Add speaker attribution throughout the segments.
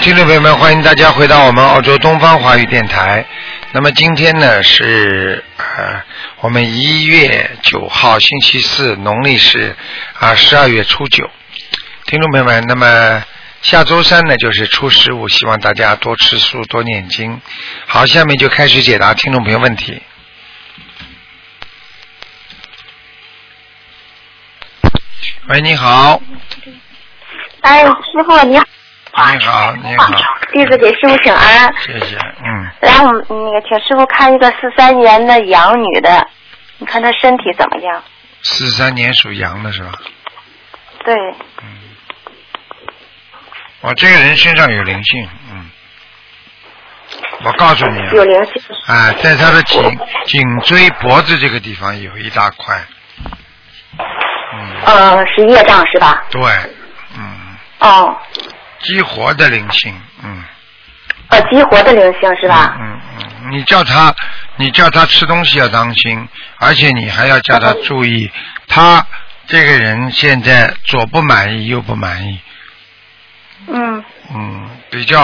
Speaker 1: 听众朋友们，欢迎大家回到我们澳洲东方华语电台。那么今天呢是呃我们一月九号星期四，农历是啊十二月初九。听众朋友们，那么下周三呢就是初十五，希望大家多吃素，多念经。好，下面就开始解答听众朋友问题。喂，你好，
Speaker 2: 哎，师傅你好，
Speaker 1: 你好，你好，
Speaker 2: 弟子给师傅请安。
Speaker 1: 谢谢，嗯，
Speaker 2: 然后我们那个请师傅看一个四三年的羊女的，你看她身体怎么样？
Speaker 1: 四三年属羊的是吧？
Speaker 2: 对，
Speaker 1: 我哦这个人身上有灵性，嗯，我告诉你啊，
Speaker 2: 有灵性。
Speaker 1: 啊，在他的颈颈椎脖子这个地方有一大块，嗯，
Speaker 2: 呃，是业障是吧？
Speaker 1: 对，嗯，
Speaker 2: 哦，
Speaker 1: 激活的灵性，嗯，
Speaker 2: 呃，激活的灵性是吧？
Speaker 1: 嗯嗯，你叫他，你叫他吃东西要当心，而且你还要叫
Speaker 2: 嗯
Speaker 1: 他注意，他这个人现在左不满意右不满意，
Speaker 2: 嗯
Speaker 1: 嗯，比较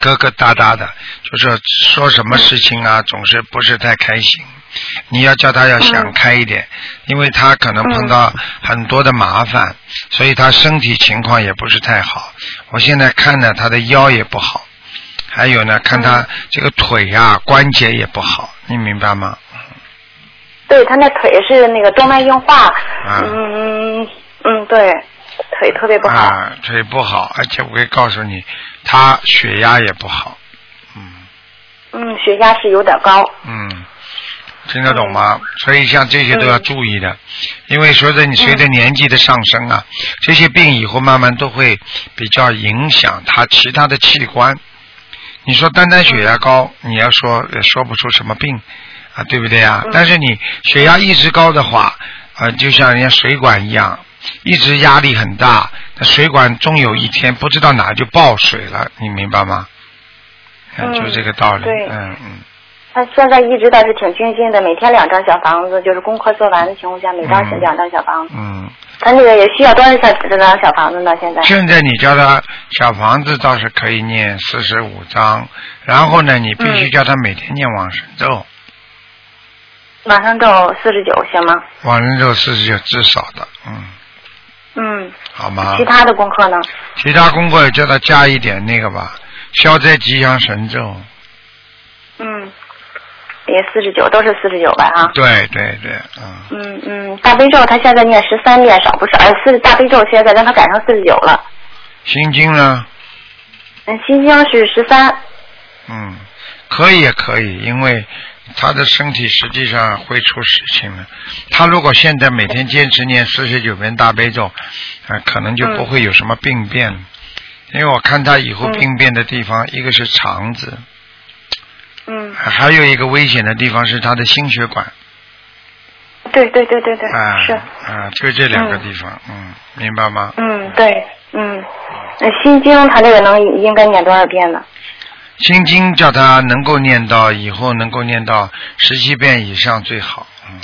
Speaker 1: 疙疙瘩瘩的，就是说什么事情
Speaker 2: 嗯
Speaker 1: 啊，总是不是太开心。你要叫他要想开一
Speaker 2: 嗯
Speaker 1: 点，因为他可能碰到很多的麻烦，所以他身体情况也不是太好。我现在看呢，他的腰也不好，还有呢，看
Speaker 2: 嗯
Speaker 1: 他这个腿啊关节也不好，你明白吗？
Speaker 2: 对，她那腿是那个动脉硬化，
Speaker 1: 啊
Speaker 2: 嗯嗯，对，腿特别不好。
Speaker 1: 啊，腿不好，而且我会告诉你，他血压也不好。嗯。
Speaker 2: 嗯，血压是有点高。
Speaker 1: 嗯，听得懂吗？所以像这些都要注意的，因为随着你随着年纪的上升啊，这些病以后慢慢都会比较影响他其他的器官。你说单单血压高，你要说也说不出什么病啊，对不对啊？
Speaker 2: 嗯
Speaker 1: 但是你血压一直高的话，啊，就像人家水管一样，一直压力很大，那水管终有一天不知道哪就爆水了，你明白吗？啊，就
Speaker 2: 嗯
Speaker 1: 这个道理。
Speaker 2: 对
Speaker 1: 嗯嗯。
Speaker 2: 她现在一直倒是挺精进的，每天两张小房子，就是功课做完的情况下，每张是
Speaker 1: 嗯
Speaker 2: 两张小房子。
Speaker 1: 嗯，
Speaker 2: 她那个也需要多少张这张小房子呢？现在？
Speaker 1: 现在你叫他小房子倒是可以念四十五章，然后呢，你必须
Speaker 2: 嗯
Speaker 1: 叫他每天念往生咒，
Speaker 2: 马上到四十九行吗？
Speaker 1: 往生咒四十九至少的，嗯，
Speaker 2: 嗯，
Speaker 1: 好吗
Speaker 2: 其？他的功课呢？
Speaker 1: 其他功课叫他加一点那个吧，消灾吉祥神咒，
Speaker 2: 嗯，也四十九，都是四十九吧啊。
Speaker 1: 对对对，嗯，
Speaker 2: 嗯嗯，大悲咒他现在念十三遍少不少？哎，四大悲咒现在让他改成四十九了。
Speaker 1: 心经呢，
Speaker 2: 嗯，心经是十三。
Speaker 1: 嗯，可以也可以，因为他的身体实际上会出事情的。他如果现在每天坚持念四十九遍大悲咒，啊、可能就不会有什么病变。因为我看他以后
Speaker 2: 嗯
Speaker 1: 病变的地方，一个是肠子，
Speaker 2: 嗯，
Speaker 1: 还有一个危险的地方是他的心血管
Speaker 2: 对对对对对，
Speaker 1: 啊
Speaker 2: 是。
Speaker 1: 啊，就这两个地方，嗯，明白吗？
Speaker 2: 嗯，对，嗯，那心经他这个能应该念多少遍呢？
Speaker 1: 心经叫他能够念到以后能够念到十七遍以上最好，嗯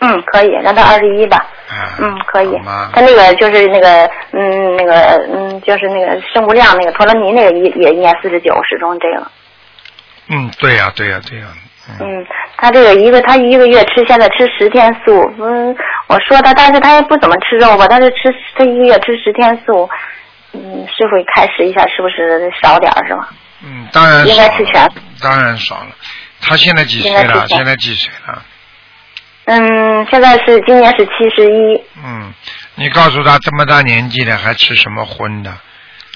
Speaker 2: 嗯，可以，让他二十一吧。
Speaker 1: 啊，
Speaker 2: 嗯，可以
Speaker 1: 好吗。
Speaker 2: 他那个就是那个，嗯，那个，嗯，就是那个圣无量那个陀罗尼那个也也念四十九，始终这个。
Speaker 1: 嗯，对呀、对呀、对呀、嗯
Speaker 2: 嗯，他这个一个他一个月吃现在吃十天素，嗯，我说他，但是他也不怎么吃肉吧，但是吃他一个月吃十天素，嗯，师傅开始一下是不是少点儿是吗？
Speaker 1: 嗯，当然
Speaker 2: 应
Speaker 1: 少
Speaker 2: 该
Speaker 1: 了
Speaker 2: 吃全
Speaker 1: 当然少了。他现在几岁
Speaker 2: 应该
Speaker 1: 了？
Speaker 2: 吃全
Speaker 1: 现在几岁了？
Speaker 2: 嗯，现在是今年是七十一，
Speaker 1: 嗯，你告诉他这么大年纪了还吃什么荤的？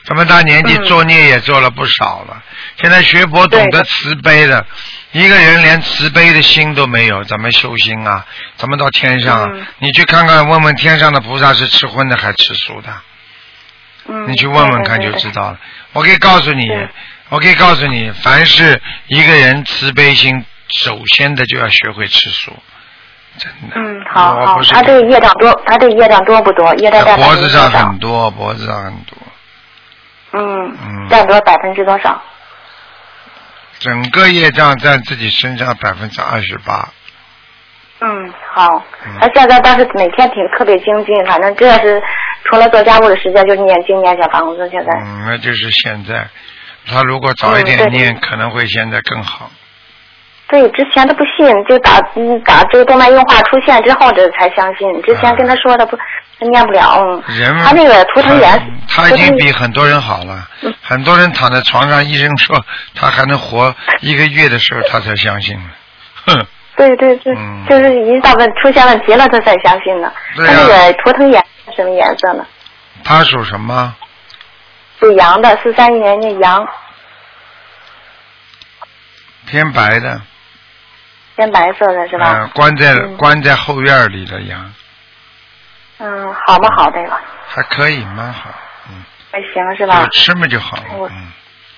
Speaker 1: 这么大年纪
Speaker 2: 嗯
Speaker 1: 作孽也做了不少了。现在学佛懂得
Speaker 2: 对
Speaker 1: 慈悲了，一个人连慈悲的心都没有，怎么修心啊？怎么到天上啊？
Speaker 2: 嗯
Speaker 1: 你去看看问问天上的菩萨是吃荤的还吃素的？
Speaker 2: 嗯，
Speaker 1: 你去问问看
Speaker 2: 对
Speaker 1: 就
Speaker 2: 对对
Speaker 1: 知道了。我可以告诉你
Speaker 2: 对，
Speaker 1: 我可以告诉你，凡是一个人慈悲心，首先的就要学会吃素，真的。
Speaker 2: 嗯，好
Speaker 1: 我
Speaker 2: 好
Speaker 1: 不，是
Speaker 2: 他这个业障多，他这个业障多不多？业障
Speaker 1: 在
Speaker 2: 占百
Speaker 1: 脖
Speaker 2: 分之
Speaker 1: 子
Speaker 2: 多
Speaker 1: 上
Speaker 2: 少
Speaker 1: 很？多，脖子上很多，嗯
Speaker 2: 嗯，占多百分之多少？
Speaker 1: 整个业障占自己身上百分之二十八。
Speaker 2: 嗯，好，他现在倒是每天挺特别精进，反正这要是除了做家务的时间，就是念经念小房子。现在，
Speaker 1: 嗯，那就是现在。他如果早一点
Speaker 2: 嗯对
Speaker 1: 念，可能会现在更好。
Speaker 2: 对，之前他不信，就打嗯打这个动脉硬化出现之后，这才相信。之前跟他说的不，念不了。嗯
Speaker 1: 嗯人
Speaker 2: 他那个图腾
Speaker 1: 他
Speaker 2: 源，
Speaker 1: 他已
Speaker 2: 图
Speaker 1: 经
Speaker 2: 腾嗯
Speaker 1: 比很多人好了。很多人躺在床上，医生说他还能活一个月的时候，他才相信了。哼，
Speaker 2: 对对对，
Speaker 1: 嗯
Speaker 2: 就是一到问出现问题了，他才相信呢。
Speaker 1: 对
Speaker 2: 他那
Speaker 1: 呀
Speaker 2: 个图腾颜色什么颜色呢？
Speaker 1: 他属什么？
Speaker 2: 属羊的，四三年那羊，
Speaker 1: 偏白的，
Speaker 2: 偏白色的是
Speaker 1: 嗯、
Speaker 2: 吧？
Speaker 1: 关在、
Speaker 2: 嗯
Speaker 1: 关在后院里的羊，
Speaker 2: 嗯好不好这个？
Speaker 1: 还可以，蛮好。嗯，
Speaker 2: 还行是吧
Speaker 1: 有？吃嘛就好了
Speaker 2: 我。
Speaker 1: 嗯，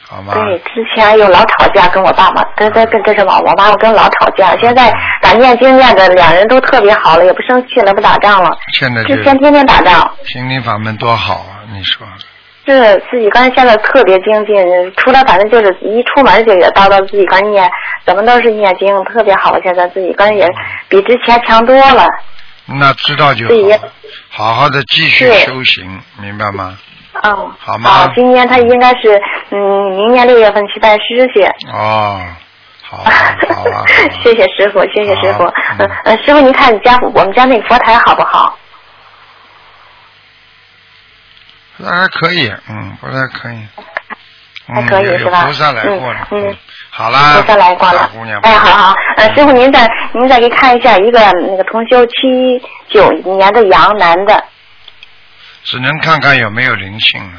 Speaker 1: 好吗？
Speaker 2: 对，之前有老吵架，跟我爸爸，跟跟跟这是嘛，我爸爸跟老吵架，现在打念经念的，两人都特别好了，也不生气了，不打仗了。
Speaker 1: 现在就
Speaker 2: 之前天天打仗，
Speaker 1: 心灵法门多好啊！你说，
Speaker 2: 是自己刚才现在特别精进，除了反正就是一出门就也叨叨自己刚才念，怎么都是念经，特别好。现在自己刚才也比之前强多了。
Speaker 1: 那知道就
Speaker 2: 对
Speaker 1: 好，好好的继续
Speaker 2: 对
Speaker 1: 修行，明白吗？
Speaker 2: 嗯，
Speaker 1: 好吗
Speaker 2: 啊，今年他应该是嗯，明年六月份去拜师去。
Speaker 1: 哦，好啊，好啊，好啊
Speaker 2: 谢谢师傅，谢谢师傅
Speaker 1: 好。
Speaker 2: 嗯
Speaker 1: 嗯
Speaker 2: 嗯，师傅您看你家我们家那个佛台好不好？
Speaker 1: 那还可以，嗯，不太可以，嗯
Speaker 2: 还可以
Speaker 1: 有
Speaker 2: 是吧
Speaker 1: 有菩萨来过了，
Speaker 2: 嗯嗯，
Speaker 1: 好啦，
Speaker 2: 菩萨来过
Speaker 1: 啊大
Speaker 2: 了
Speaker 1: 姑娘，。
Speaker 2: 哎，好好，呃，
Speaker 1: 嗯
Speaker 2: 师傅您再您再给看一下一个那个同修七九年的羊男的。
Speaker 1: 只能看看有没有灵性了。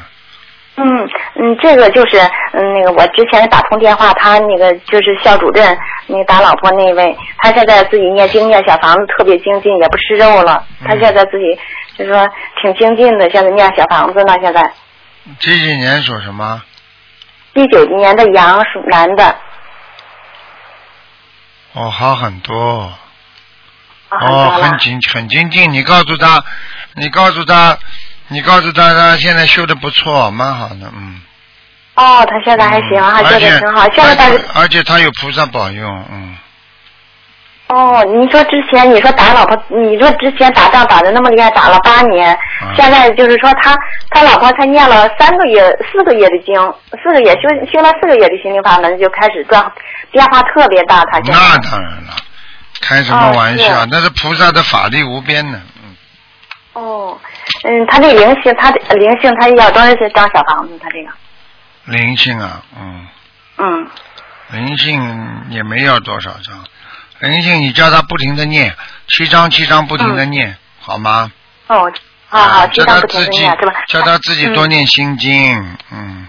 Speaker 2: 嗯嗯，这个就是嗯那个我之前打通电话，他那个就是校主任，那个打老婆那位，他现在自己念经念小房子特别精进，也不吃肉了。
Speaker 1: 嗯
Speaker 2: 他现在自己就说挺精进的，现在念小房子呢。现在
Speaker 1: 这几年属什么？
Speaker 2: 一九年的羊属男的，
Speaker 1: 哦，好很多，
Speaker 2: 啊，
Speaker 1: 哦，
Speaker 2: 很
Speaker 1: 很精很精进。你告诉他，你告诉他，你告诉他，他现在修的不错，蛮好的，嗯。
Speaker 2: 哦，他现在还行，
Speaker 1: 嗯
Speaker 2: 还做
Speaker 1: 而
Speaker 2: 的
Speaker 1: 且
Speaker 2: 挺好。现在但
Speaker 1: 而
Speaker 2: 是
Speaker 1: 且而且他有菩萨保佑，嗯，
Speaker 2: 哦，你说之前你说打老婆，你说之前打仗打的那么厉害，打了八年，
Speaker 1: 啊
Speaker 2: 现在就是说他他老婆才念了三个月、四个月的经，四个月修修了四个月的心灵法门，就开始转变化特别大。他现在
Speaker 1: 那当然了，开什么
Speaker 2: 哦
Speaker 1: 玩笑？
Speaker 2: 是
Speaker 1: 那是菩萨的法力无边呢，嗯，
Speaker 2: 哦，嗯，他这灵性，他这灵性，他要多少张小房子？他这个，
Speaker 1: 灵性啊，嗯，
Speaker 2: 嗯，
Speaker 1: 灵性也没要多少张，灵性你叫他不停的念，七张七张不停的念，好吗？嗯
Speaker 2: 哦，好嗯好，
Speaker 1: 啊叫
Speaker 2: 经
Speaker 1: 他
Speaker 2: 常不停
Speaker 1: 自
Speaker 2: 的
Speaker 1: 己
Speaker 2: 念，是吧？
Speaker 1: 叫他自己多
Speaker 2: 嗯
Speaker 1: 念心经，嗯，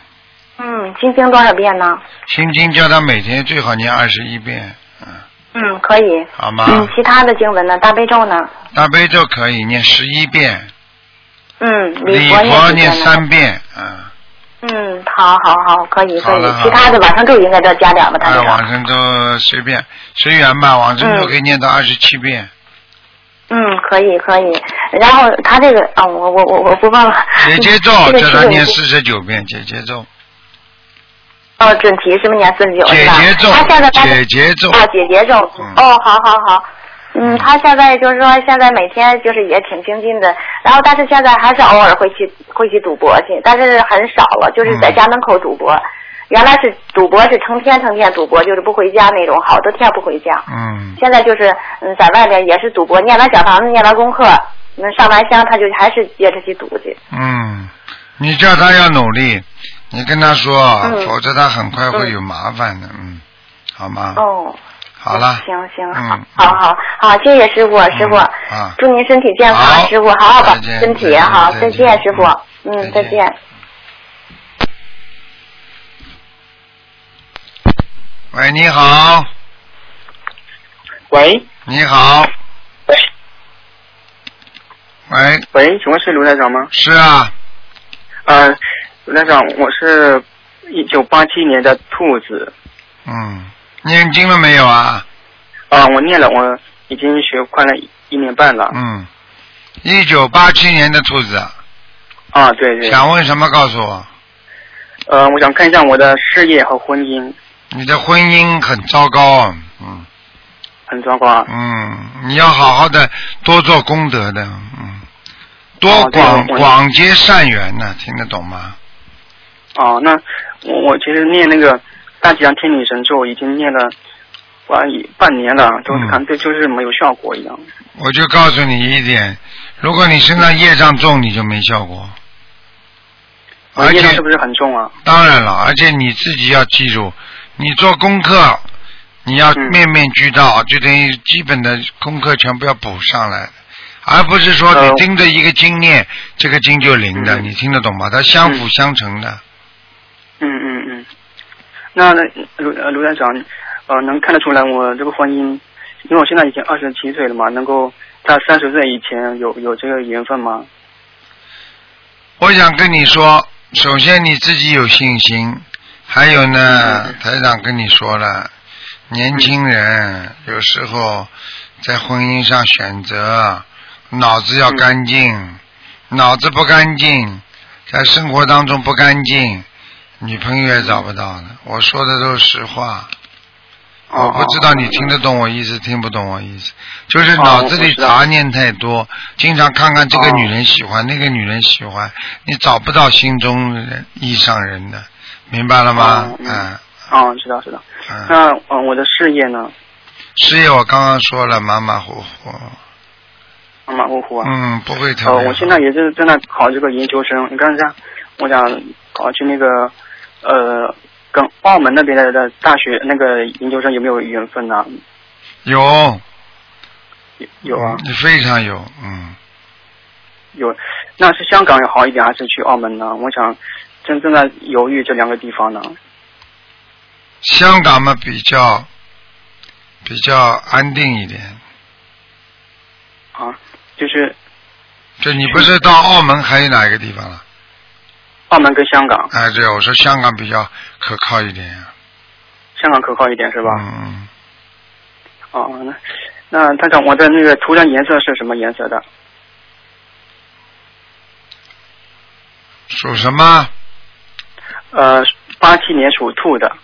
Speaker 2: 嗯，心经多少遍呢？
Speaker 1: 心经叫他每天最好念二十一遍，嗯，
Speaker 2: 嗯，可以。
Speaker 1: 好吗？
Speaker 2: 嗯，其他的经文呢？大悲咒呢？
Speaker 1: 大悲咒可以念十一遍，
Speaker 2: 嗯，
Speaker 1: 礼
Speaker 2: 佛
Speaker 1: 佛
Speaker 2: 念
Speaker 1: 念
Speaker 2: 几遍呢
Speaker 1: 三遍，嗯。
Speaker 2: 嗯，好好好，可以
Speaker 1: 好
Speaker 2: 可以
Speaker 1: 了好，了
Speaker 2: 其他的晚上咒应该多加点吧，他
Speaker 1: 哎，
Speaker 2: 这
Speaker 1: 往
Speaker 2: 个。
Speaker 1: 生咒随便随缘吧，往生咒可以念到二十七遍，
Speaker 2: 嗯，可以可以。然后他这个啊、我我我我不问了。
Speaker 1: 姐姐咒
Speaker 2: 这个
Speaker 1: 叫
Speaker 2: 是
Speaker 1: 他
Speaker 2: 有
Speaker 1: 念四十九遍，姐姐咒，
Speaker 2: 哦，准提是不是念四十九
Speaker 1: 姐
Speaker 2: 是吧？
Speaker 1: 姐咒
Speaker 2: 他现在，他
Speaker 1: 姐姐咒，
Speaker 2: 啊，姐姐咒。
Speaker 1: 嗯
Speaker 2: 哦，好好好。嗯，他现在就是说，现在每天就是也挺精进的，然后但是现在还是偶尔会去会去赌博去，但是很少了，就是在
Speaker 1: 嗯
Speaker 2: 家门口赌博。原来是赌博是成天成天赌博，就是不回家那种，好多天不回家。
Speaker 1: 嗯，
Speaker 2: 现在就是嗯，在外面也是赌博，念完小房子，念完功课，嗯，上完香，他就还是接着去赌去。
Speaker 1: 嗯，你叫他要努力，你跟他说，啊
Speaker 2: 嗯
Speaker 1: 否则他很快会有麻烦的，嗯，好吗？
Speaker 2: 哦，
Speaker 1: 好了，
Speaker 2: 行行，好
Speaker 1: 嗯，
Speaker 2: 好好好，谢谢师傅，师傅，
Speaker 1: 嗯啊
Speaker 2: 祝您身体健康，
Speaker 1: 好
Speaker 2: 师傅，好好保
Speaker 1: 再见
Speaker 2: 身体，
Speaker 1: 再见
Speaker 2: 好，
Speaker 1: 再
Speaker 2: 再
Speaker 1: 见
Speaker 2: 见，师傅，
Speaker 1: 嗯
Speaker 2: 嗯，
Speaker 1: 再
Speaker 2: 再
Speaker 1: 见
Speaker 2: 见。
Speaker 1: 喂，你好，
Speaker 3: 喂
Speaker 1: 你好，
Speaker 3: 喂
Speaker 1: 喂，
Speaker 3: 喂，请问是卢台长吗？
Speaker 1: 是啊，
Speaker 3: 呃，卢台长，我是一九八七年的兔子，
Speaker 1: 嗯，念经了没有啊？
Speaker 3: 啊、我念了，我已经学快了一年半了。
Speaker 1: 嗯，一九八七年的兔子，
Speaker 3: 啊，对对，
Speaker 1: 想问什么告诉我？
Speaker 3: 呃，我想看一下我的事业和婚姻。
Speaker 1: 你的婚姻很糟糕啊，嗯，
Speaker 3: 很糟糕 啊。
Speaker 1: 嗯，你要好好的多做功德的，嗯，多
Speaker 3: 哦对
Speaker 1: 广
Speaker 3: 我
Speaker 1: 广结善缘呢、听得懂吗？
Speaker 3: 哦，那我我其实念那个大吉祥天女神咒已经念了半半年了，都是
Speaker 1: 嗯
Speaker 3: 感觉就是没有效果一样。
Speaker 1: 我就告诉你一点，如果你身上业障重，你就没效果。而
Speaker 3: 哦业
Speaker 1: 且
Speaker 3: 障是不是很重啊？
Speaker 1: 当然了，而且你自己要记住，你做功课，你要
Speaker 3: 嗯
Speaker 1: 面面俱到，就等于基本的功课全部要补上来，而不是说
Speaker 3: 呃
Speaker 1: 你盯着一个经念，这个经就灵的，
Speaker 3: 嗯
Speaker 1: 你听得懂吗？它相辅
Speaker 3: 嗯
Speaker 1: 相成的。
Speaker 3: 嗯嗯嗯。那那卢呃卢院长，呃，能看得出来我这个婚姻，因为我现在已经二十七岁了嘛，能够在三十岁以前有有这个缘分吗？
Speaker 1: 我想跟你说，首先你自己有信心，还有呢，
Speaker 3: 嗯
Speaker 1: 台长跟你说了，年轻人有时候在婚姻上选择，脑子要干净，脑子不干净，在生活当中不干净，女朋友也找不到了。我说的都是实话，
Speaker 3: 哦，
Speaker 1: 我知道你听得懂我意思，听不懂我意思，就是脑子里
Speaker 3: 哦我知道
Speaker 1: 杂念太多，经常看看这个
Speaker 3: 哦
Speaker 1: 女人喜欢，那个女人喜欢，你找不到心中人意上人的，明白了吗
Speaker 3: 哦？
Speaker 1: 嗯
Speaker 3: 嗯哦，知道知道。
Speaker 1: 嗯，
Speaker 3: 那呃，我的事业呢？
Speaker 1: 事业我刚刚说了，马马虎虎，
Speaker 3: 马马虎虎啊。
Speaker 1: 嗯，不会特
Speaker 3: 呃，
Speaker 1: 别好。
Speaker 3: 我现在也是正在考这个研究生。你看一下，我想考去那个呃，跟澳门那边的的大学那个研究生有没有缘分呢、
Speaker 1: 有
Speaker 3: 有有啊，
Speaker 1: 你非常有，嗯，
Speaker 3: 有。那是香港要好一点，还是去澳门呢？我想正正在犹豫这两个地方呢。
Speaker 1: 香港嘛比较比较安定一点，
Speaker 3: 啊，就是
Speaker 1: 就你不是到澳门还有哪一个地方了？
Speaker 3: 澳门跟香港，
Speaker 1: 哎，对，我说香港比较可靠一点呀、
Speaker 3: 香港可靠一点是吧？
Speaker 1: 嗯嗯，
Speaker 3: 哦，那那他讲我的那个图腾颜色是什么颜色的？
Speaker 1: 属什么？
Speaker 3: 呃，八七年属兔的。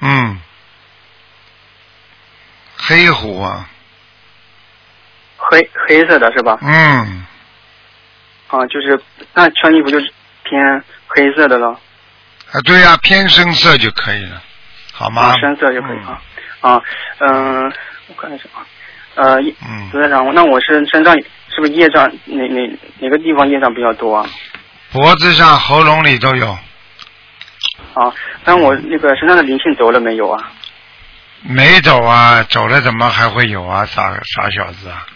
Speaker 1: 嗯，黑虎啊，
Speaker 3: 黑黑色的是吧？
Speaker 1: 嗯，
Speaker 3: 啊，就是那穿衣服就是偏黑色的了，
Speaker 1: 啊，对呀、偏深色就可以了，好吗？
Speaker 3: 啊，深色就可以
Speaker 1: 嗯
Speaker 3: 啊。啊，嗯、我看一下啊，呃，一
Speaker 1: 嗯
Speaker 3: 刘院长，那我是身上是不是业障哪哪哪个地方业障比较多啊？
Speaker 1: 脖子上、喉咙里都有，
Speaker 3: 啊，那我那个身上的灵性走了没有啊？
Speaker 1: 没走啊，走了怎么还会有啊？傻傻小子啊，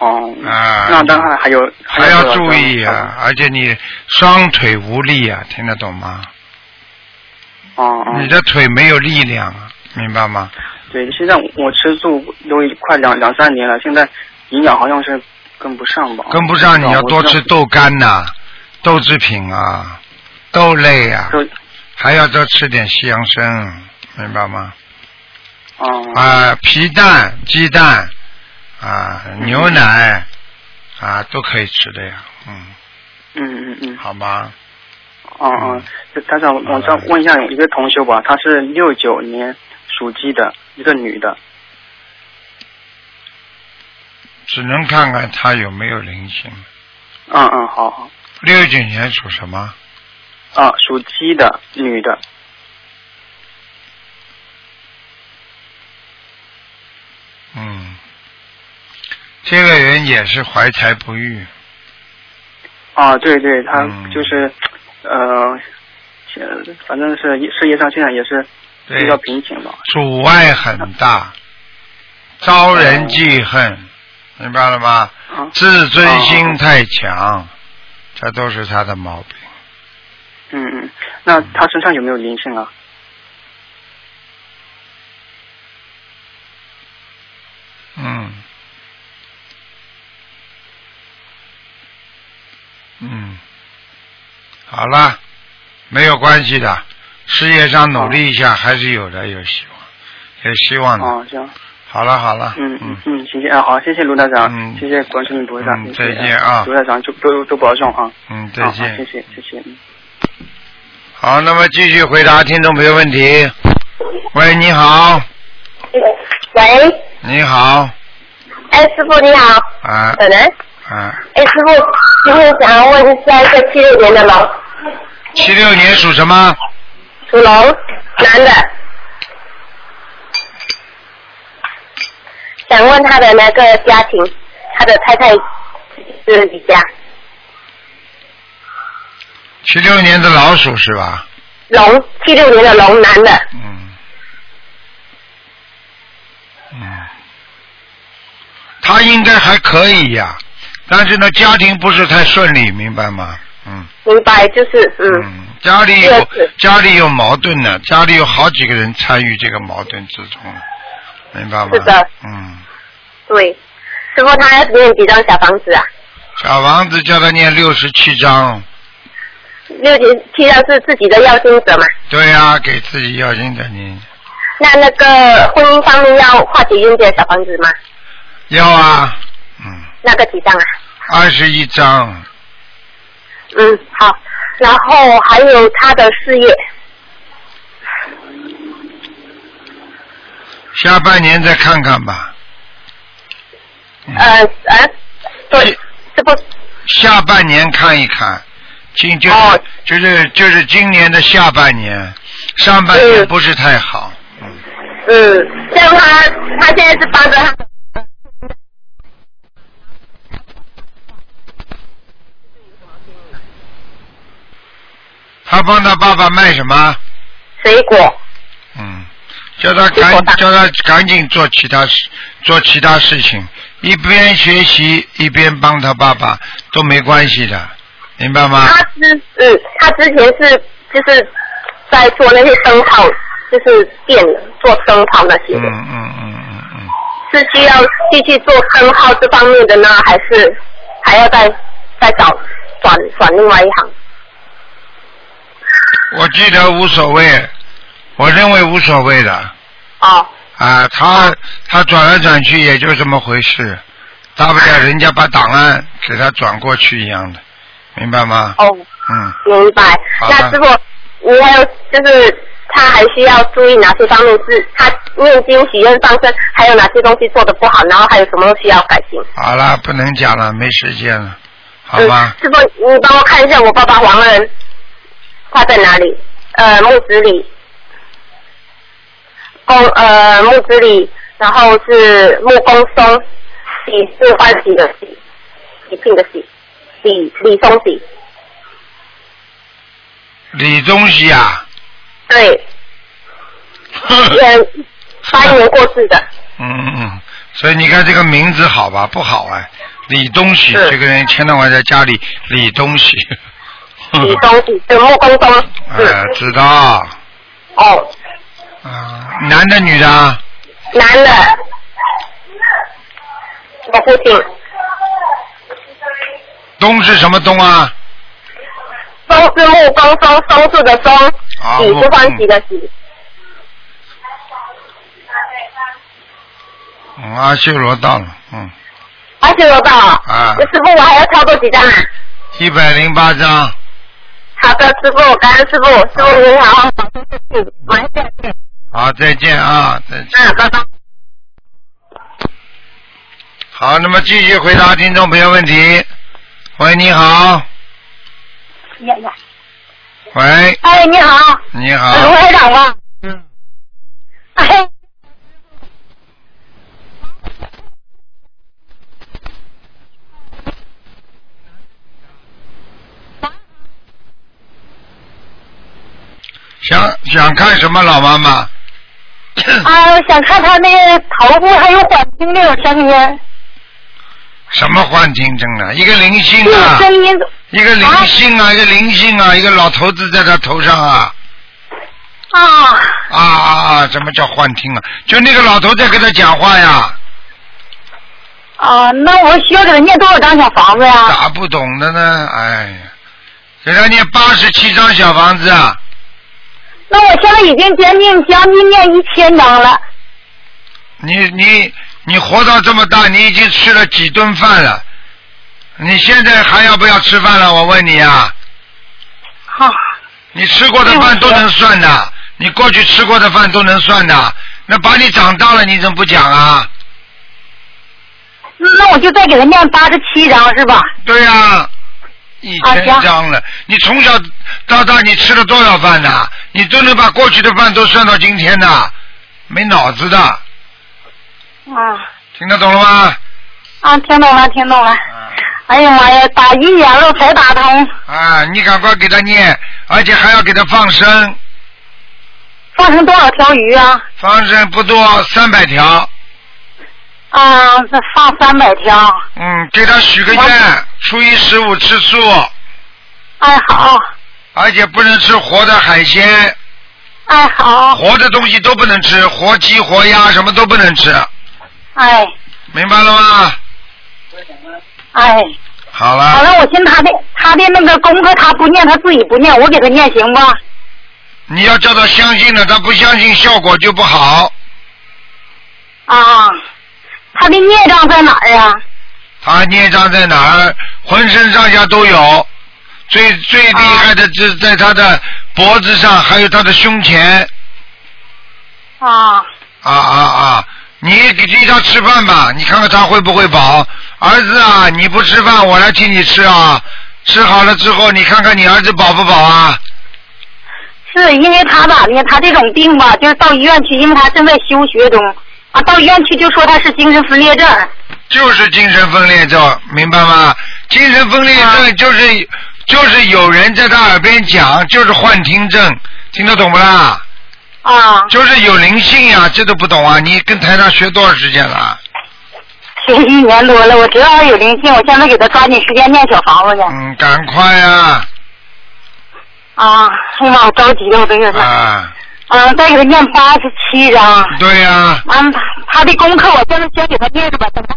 Speaker 3: 哦、
Speaker 1: 啊
Speaker 3: 那当然还有
Speaker 1: 还要注意
Speaker 3: 啊。
Speaker 1: 啊！而且你双腿无力啊，听得懂吗？
Speaker 3: 哦、哦、
Speaker 1: 你的腿没有力量啊，明白吗？
Speaker 3: 对，现在我吃素都快两两三年了，现在营养好像是跟不上吧？
Speaker 1: 跟不上，你要多吃
Speaker 3: 哦我
Speaker 1: 豆干呐、豆制品啊，豆类啊，
Speaker 3: 就
Speaker 1: 还要多吃点西洋参，明白吗？
Speaker 3: 哦、
Speaker 1: 啊，皮蛋、鸡蛋啊，
Speaker 3: 嗯
Speaker 1: 牛奶啊，都可以吃的呀，嗯，
Speaker 3: 嗯嗯嗯。
Speaker 1: 好吗？
Speaker 3: 哦哦，
Speaker 1: 嗯
Speaker 3: 台长，我我再问一下一个同修吧，她是六九年属鸡的，一个女的。
Speaker 1: 只能看看它有没有灵性。
Speaker 3: 嗯嗯，好好。
Speaker 1: 六九年属什么？
Speaker 3: 啊，属鸡的女的。
Speaker 1: 嗯，这个人也是怀才不遇，
Speaker 3: 啊，对对，她
Speaker 1: 嗯
Speaker 3: 就是，呃，现反正是事业上现在也是
Speaker 1: 对
Speaker 3: 比较瓶颈吧。
Speaker 1: 阻碍很大，招人记恨，明白了吗？
Speaker 3: 啊，
Speaker 1: 自尊心太强，这都是他的毛病。
Speaker 3: 嗯嗯，那她身上有没有灵性啊？
Speaker 1: 嗯，嗯，好了，没有关系的，事业上努力一下还是有的，有希望，有希望的，
Speaker 3: 啊，这样。
Speaker 1: 好了好了，
Speaker 3: 嗯嗯
Speaker 1: 嗯，
Speaker 3: 嗯，行行啊，好，谢谢卢台长，
Speaker 1: 嗯
Speaker 3: 谢谢观世音菩萨，
Speaker 1: 嗯
Speaker 3: 谢谢
Speaker 1: 再见啊
Speaker 3: 卢台长，就都都保重啊，
Speaker 1: 嗯，再
Speaker 3: 好好谢
Speaker 1: 见。
Speaker 3: 谢谢谢，嗯
Speaker 1: 好，那么继续回答听众朋友问题。喂，你好，
Speaker 4: 喂，
Speaker 1: 你好，
Speaker 4: 哎，师傅你好，
Speaker 1: 啊
Speaker 4: 可能，
Speaker 1: 啊，
Speaker 4: 哎，师傅，师傅想要问一下一个七六年的龙，
Speaker 1: 七六年属什么？
Speaker 4: 属龙，男的，想问他的那个家庭，他的太太是李家
Speaker 1: 七六年的老鼠是吧？
Speaker 4: 龙，七六年的龙，男的，
Speaker 1: 嗯，嗯，他应该还可以呀、但是呢，家庭不是太顺利，明白吗？嗯
Speaker 4: 明白，就是嗯，
Speaker 1: 嗯，家里有
Speaker 4: 确实
Speaker 1: 家里有矛盾呢，家里有好几个人参与这个矛盾之中，明白吗？
Speaker 4: 是的。
Speaker 1: 嗯，
Speaker 4: 对，师傅他要念几张小房子啊？
Speaker 1: 小王子叫他念六十七章，
Speaker 4: 六七七张是自己的要经者嘛？
Speaker 1: 对呀、给自己要经者念，
Speaker 4: 那那个婚姻方面要化解冤结的小房子吗？
Speaker 1: 要啊，嗯，
Speaker 4: 那个几张啊？
Speaker 1: 二十一章，
Speaker 4: 嗯，好。然后还有他的事业，
Speaker 1: 下半年再看看吧。嗯
Speaker 4: 呃呃，对
Speaker 1: 是，
Speaker 4: 这不
Speaker 1: 下半年看一看，今就是、
Speaker 4: 哦
Speaker 1: 就是就是今年的下半年，上半年
Speaker 4: 嗯
Speaker 1: 不是太好。
Speaker 4: 嗯，像他他现在是帮着他，
Speaker 1: 他帮他爸爸卖什么？
Speaker 4: 水果，
Speaker 1: 嗯，叫他
Speaker 4: 水
Speaker 1: 赶
Speaker 4: 果吧
Speaker 1: 叫他赶紧做其他事，做其他事情，一边学习一边帮他爸爸都没关系的，明白吗？
Speaker 4: 他之嗯他之前是就是在做那些灯泡，就是店做灯泡那些
Speaker 1: 嗯
Speaker 4: 的，
Speaker 1: 嗯嗯嗯嗯，
Speaker 4: 是需要继续做灯泡这方面的呢，还是还要再再找转转另外一行？
Speaker 1: 我记得无所谓，我认为无所谓的。
Speaker 4: 哦，
Speaker 1: 啊，他他转来转去也就这么回事，大不了人家把档案给他转过去一样的，明白吗？
Speaker 4: 哦。
Speaker 1: 嗯，
Speaker 4: 明白。
Speaker 1: 好的
Speaker 4: 那师傅，你还有就是他还需要注意哪些方面？是他念经、许愿、放生，还有哪些东西做的不好？然后还有什么需要改进？
Speaker 1: 好了，不能讲了，没时间了，好吧？
Speaker 4: 嗯、师傅，你帮我看一下我爸爸黄仁，他在哪里？呃，木子李，公呃木子李，然后是木公松，喜是欢喜的喜，喜庆的喜，李李松喜，
Speaker 1: 李宗熙 啊，
Speaker 4: 对，嗯，八一年过世的。
Speaker 1: 嗯嗯，所以你看这个名字好吧，不好啊，李东喜
Speaker 4: 是
Speaker 1: 这个人千到晚在家里李东喜，嗯
Speaker 4: 李 东喜是木工东，
Speaker 1: 呃
Speaker 4: 嗯，，
Speaker 1: 知道啊、
Speaker 4: 哦，
Speaker 1: 男的女的啊？
Speaker 4: 男的，我父亲，
Speaker 1: 东是什么东啊？
Speaker 4: 松是木工松，松树的松，
Speaker 1: 啊
Speaker 4: 喜
Speaker 1: 木
Speaker 4: 是
Speaker 1: 工
Speaker 4: 欢喜的喜，
Speaker 1: 嗯，阿修罗到了，嗯，
Speaker 4: 而且我到了，
Speaker 1: 啊
Speaker 4: 师傅我还要操作几张啊？
Speaker 1: 一百零八章。
Speaker 4: 好的，师傅，感恩师傅，师傅您好，嗯，马上再见，
Speaker 1: 好，再见啊，再见。
Speaker 4: 嗯，拜拜。
Speaker 1: 好，那么继续回答听众朋友问题。喂，你好。
Speaker 5: 呀呀，
Speaker 1: 喂，
Speaker 5: 哎，你好，
Speaker 1: 你
Speaker 5: 卢
Speaker 4: 哎
Speaker 1: 好。
Speaker 5: 台长吗？嗯。哎，
Speaker 1: 想想看什么，老妈妈？
Speaker 5: 啊，我想看他那个头部还有缓听这种声音，
Speaker 1: 什么幻听症啊？一个灵性
Speaker 5: 这种
Speaker 1: 啊，
Speaker 5: 声音
Speaker 1: 一个灵性啊，一个灵性啊，一个老头子在他头上啊
Speaker 5: 啊，
Speaker 1: 啊啊啊！什么叫幻听啊？就那个老头在跟他讲话呀，
Speaker 5: 啊，那我需要给他念多少张小房子呀？
Speaker 1: 咋不懂的呢？哎呀，给他念八十七张小房子啊，
Speaker 5: 那我现在已经将近将近念一千张了，
Speaker 1: 你你你活到这么大，你已经吃了几顿饭了，你现在还要不要吃饭了？我问你啊，
Speaker 6: 好，
Speaker 1: 你吃过的饭都能算的，你过去吃过的饭都能算的，那把你长大了，你怎么不讲啊？
Speaker 6: 嗯那我就再给他念八十七章是吧？啊
Speaker 1: 对呀、一千张了。你从小到大你吃了多少饭呐、你都能把过去的饭都算到今天的，没脑子的，
Speaker 6: 啊
Speaker 1: 听得懂了吗？
Speaker 6: 啊，听懂了，听懂了。哎呀妈呀，打一年了才打通，
Speaker 1: 啊，你赶快给他念，而且还要给他放生，
Speaker 6: 放生多少条鱼啊？
Speaker 1: 放生不多，三百条。
Speaker 6: 啊，那放三百条。
Speaker 1: 嗯，给他许个愿，初一十五吃素，
Speaker 6: 哎好，
Speaker 1: 而且不能吃活的海鲜，
Speaker 6: 哎好，
Speaker 1: 活的东西都不能吃，活鸡、活鸭什么都不能吃，
Speaker 6: 哎
Speaker 1: 明白了吗？
Speaker 6: 哎。
Speaker 1: 好了。
Speaker 6: 完了，我寻他的他的那个功课他不念，他自己不念，我给他念行吧？
Speaker 1: 你要叫他相信了，他不相信效果就不好。
Speaker 6: 啊，他的孽障在哪儿啊？
Speaker 1: 他孽障在哪儿？浑身上下都有，最最厉害的是在他的脖子上，还有他的胸前。
Speaker 6: 啊
Speaker 1: 啊啊啊！你给替他吃饭吧，你看看他会不会饱。儿子啊，你不吃饭，我来替你吃啊。吃好了之后，你看看你儿子饱不饱啊？
Speaker 6: 是因为他咋的呢？他这种病吧，就是到医院去，因为他正在休学中啊，到医院去就说他是精神分裂症。
Speaker 1: 就是精神分裂症，明白吗？精神分裂
Speaker 6: 啊
Speaker 1: 症就是、就是有人在他耳边讲，就是幻听症，听得懂不啦？
Speaker 6: 啊，
Speaker 1: 就是有灵性呀、这都不懂啊！你跟台上学多少时间了？啊
Speaker 6: 学一年多了，我知道他有灵性，我现在给他抓紧时间念小房子去。
Speaker 1: 嗯，赶快呀、
Speaker 6: 啊，哎呀妈，我着急了，我真是
Speaker 1: 啊！。啊，
Speaker 6: 嗯，再给他念八十七章。
Speaker 1: 对呀、
Speaker 6: 完，嗯他的功课我现在先给他念着吧，等他。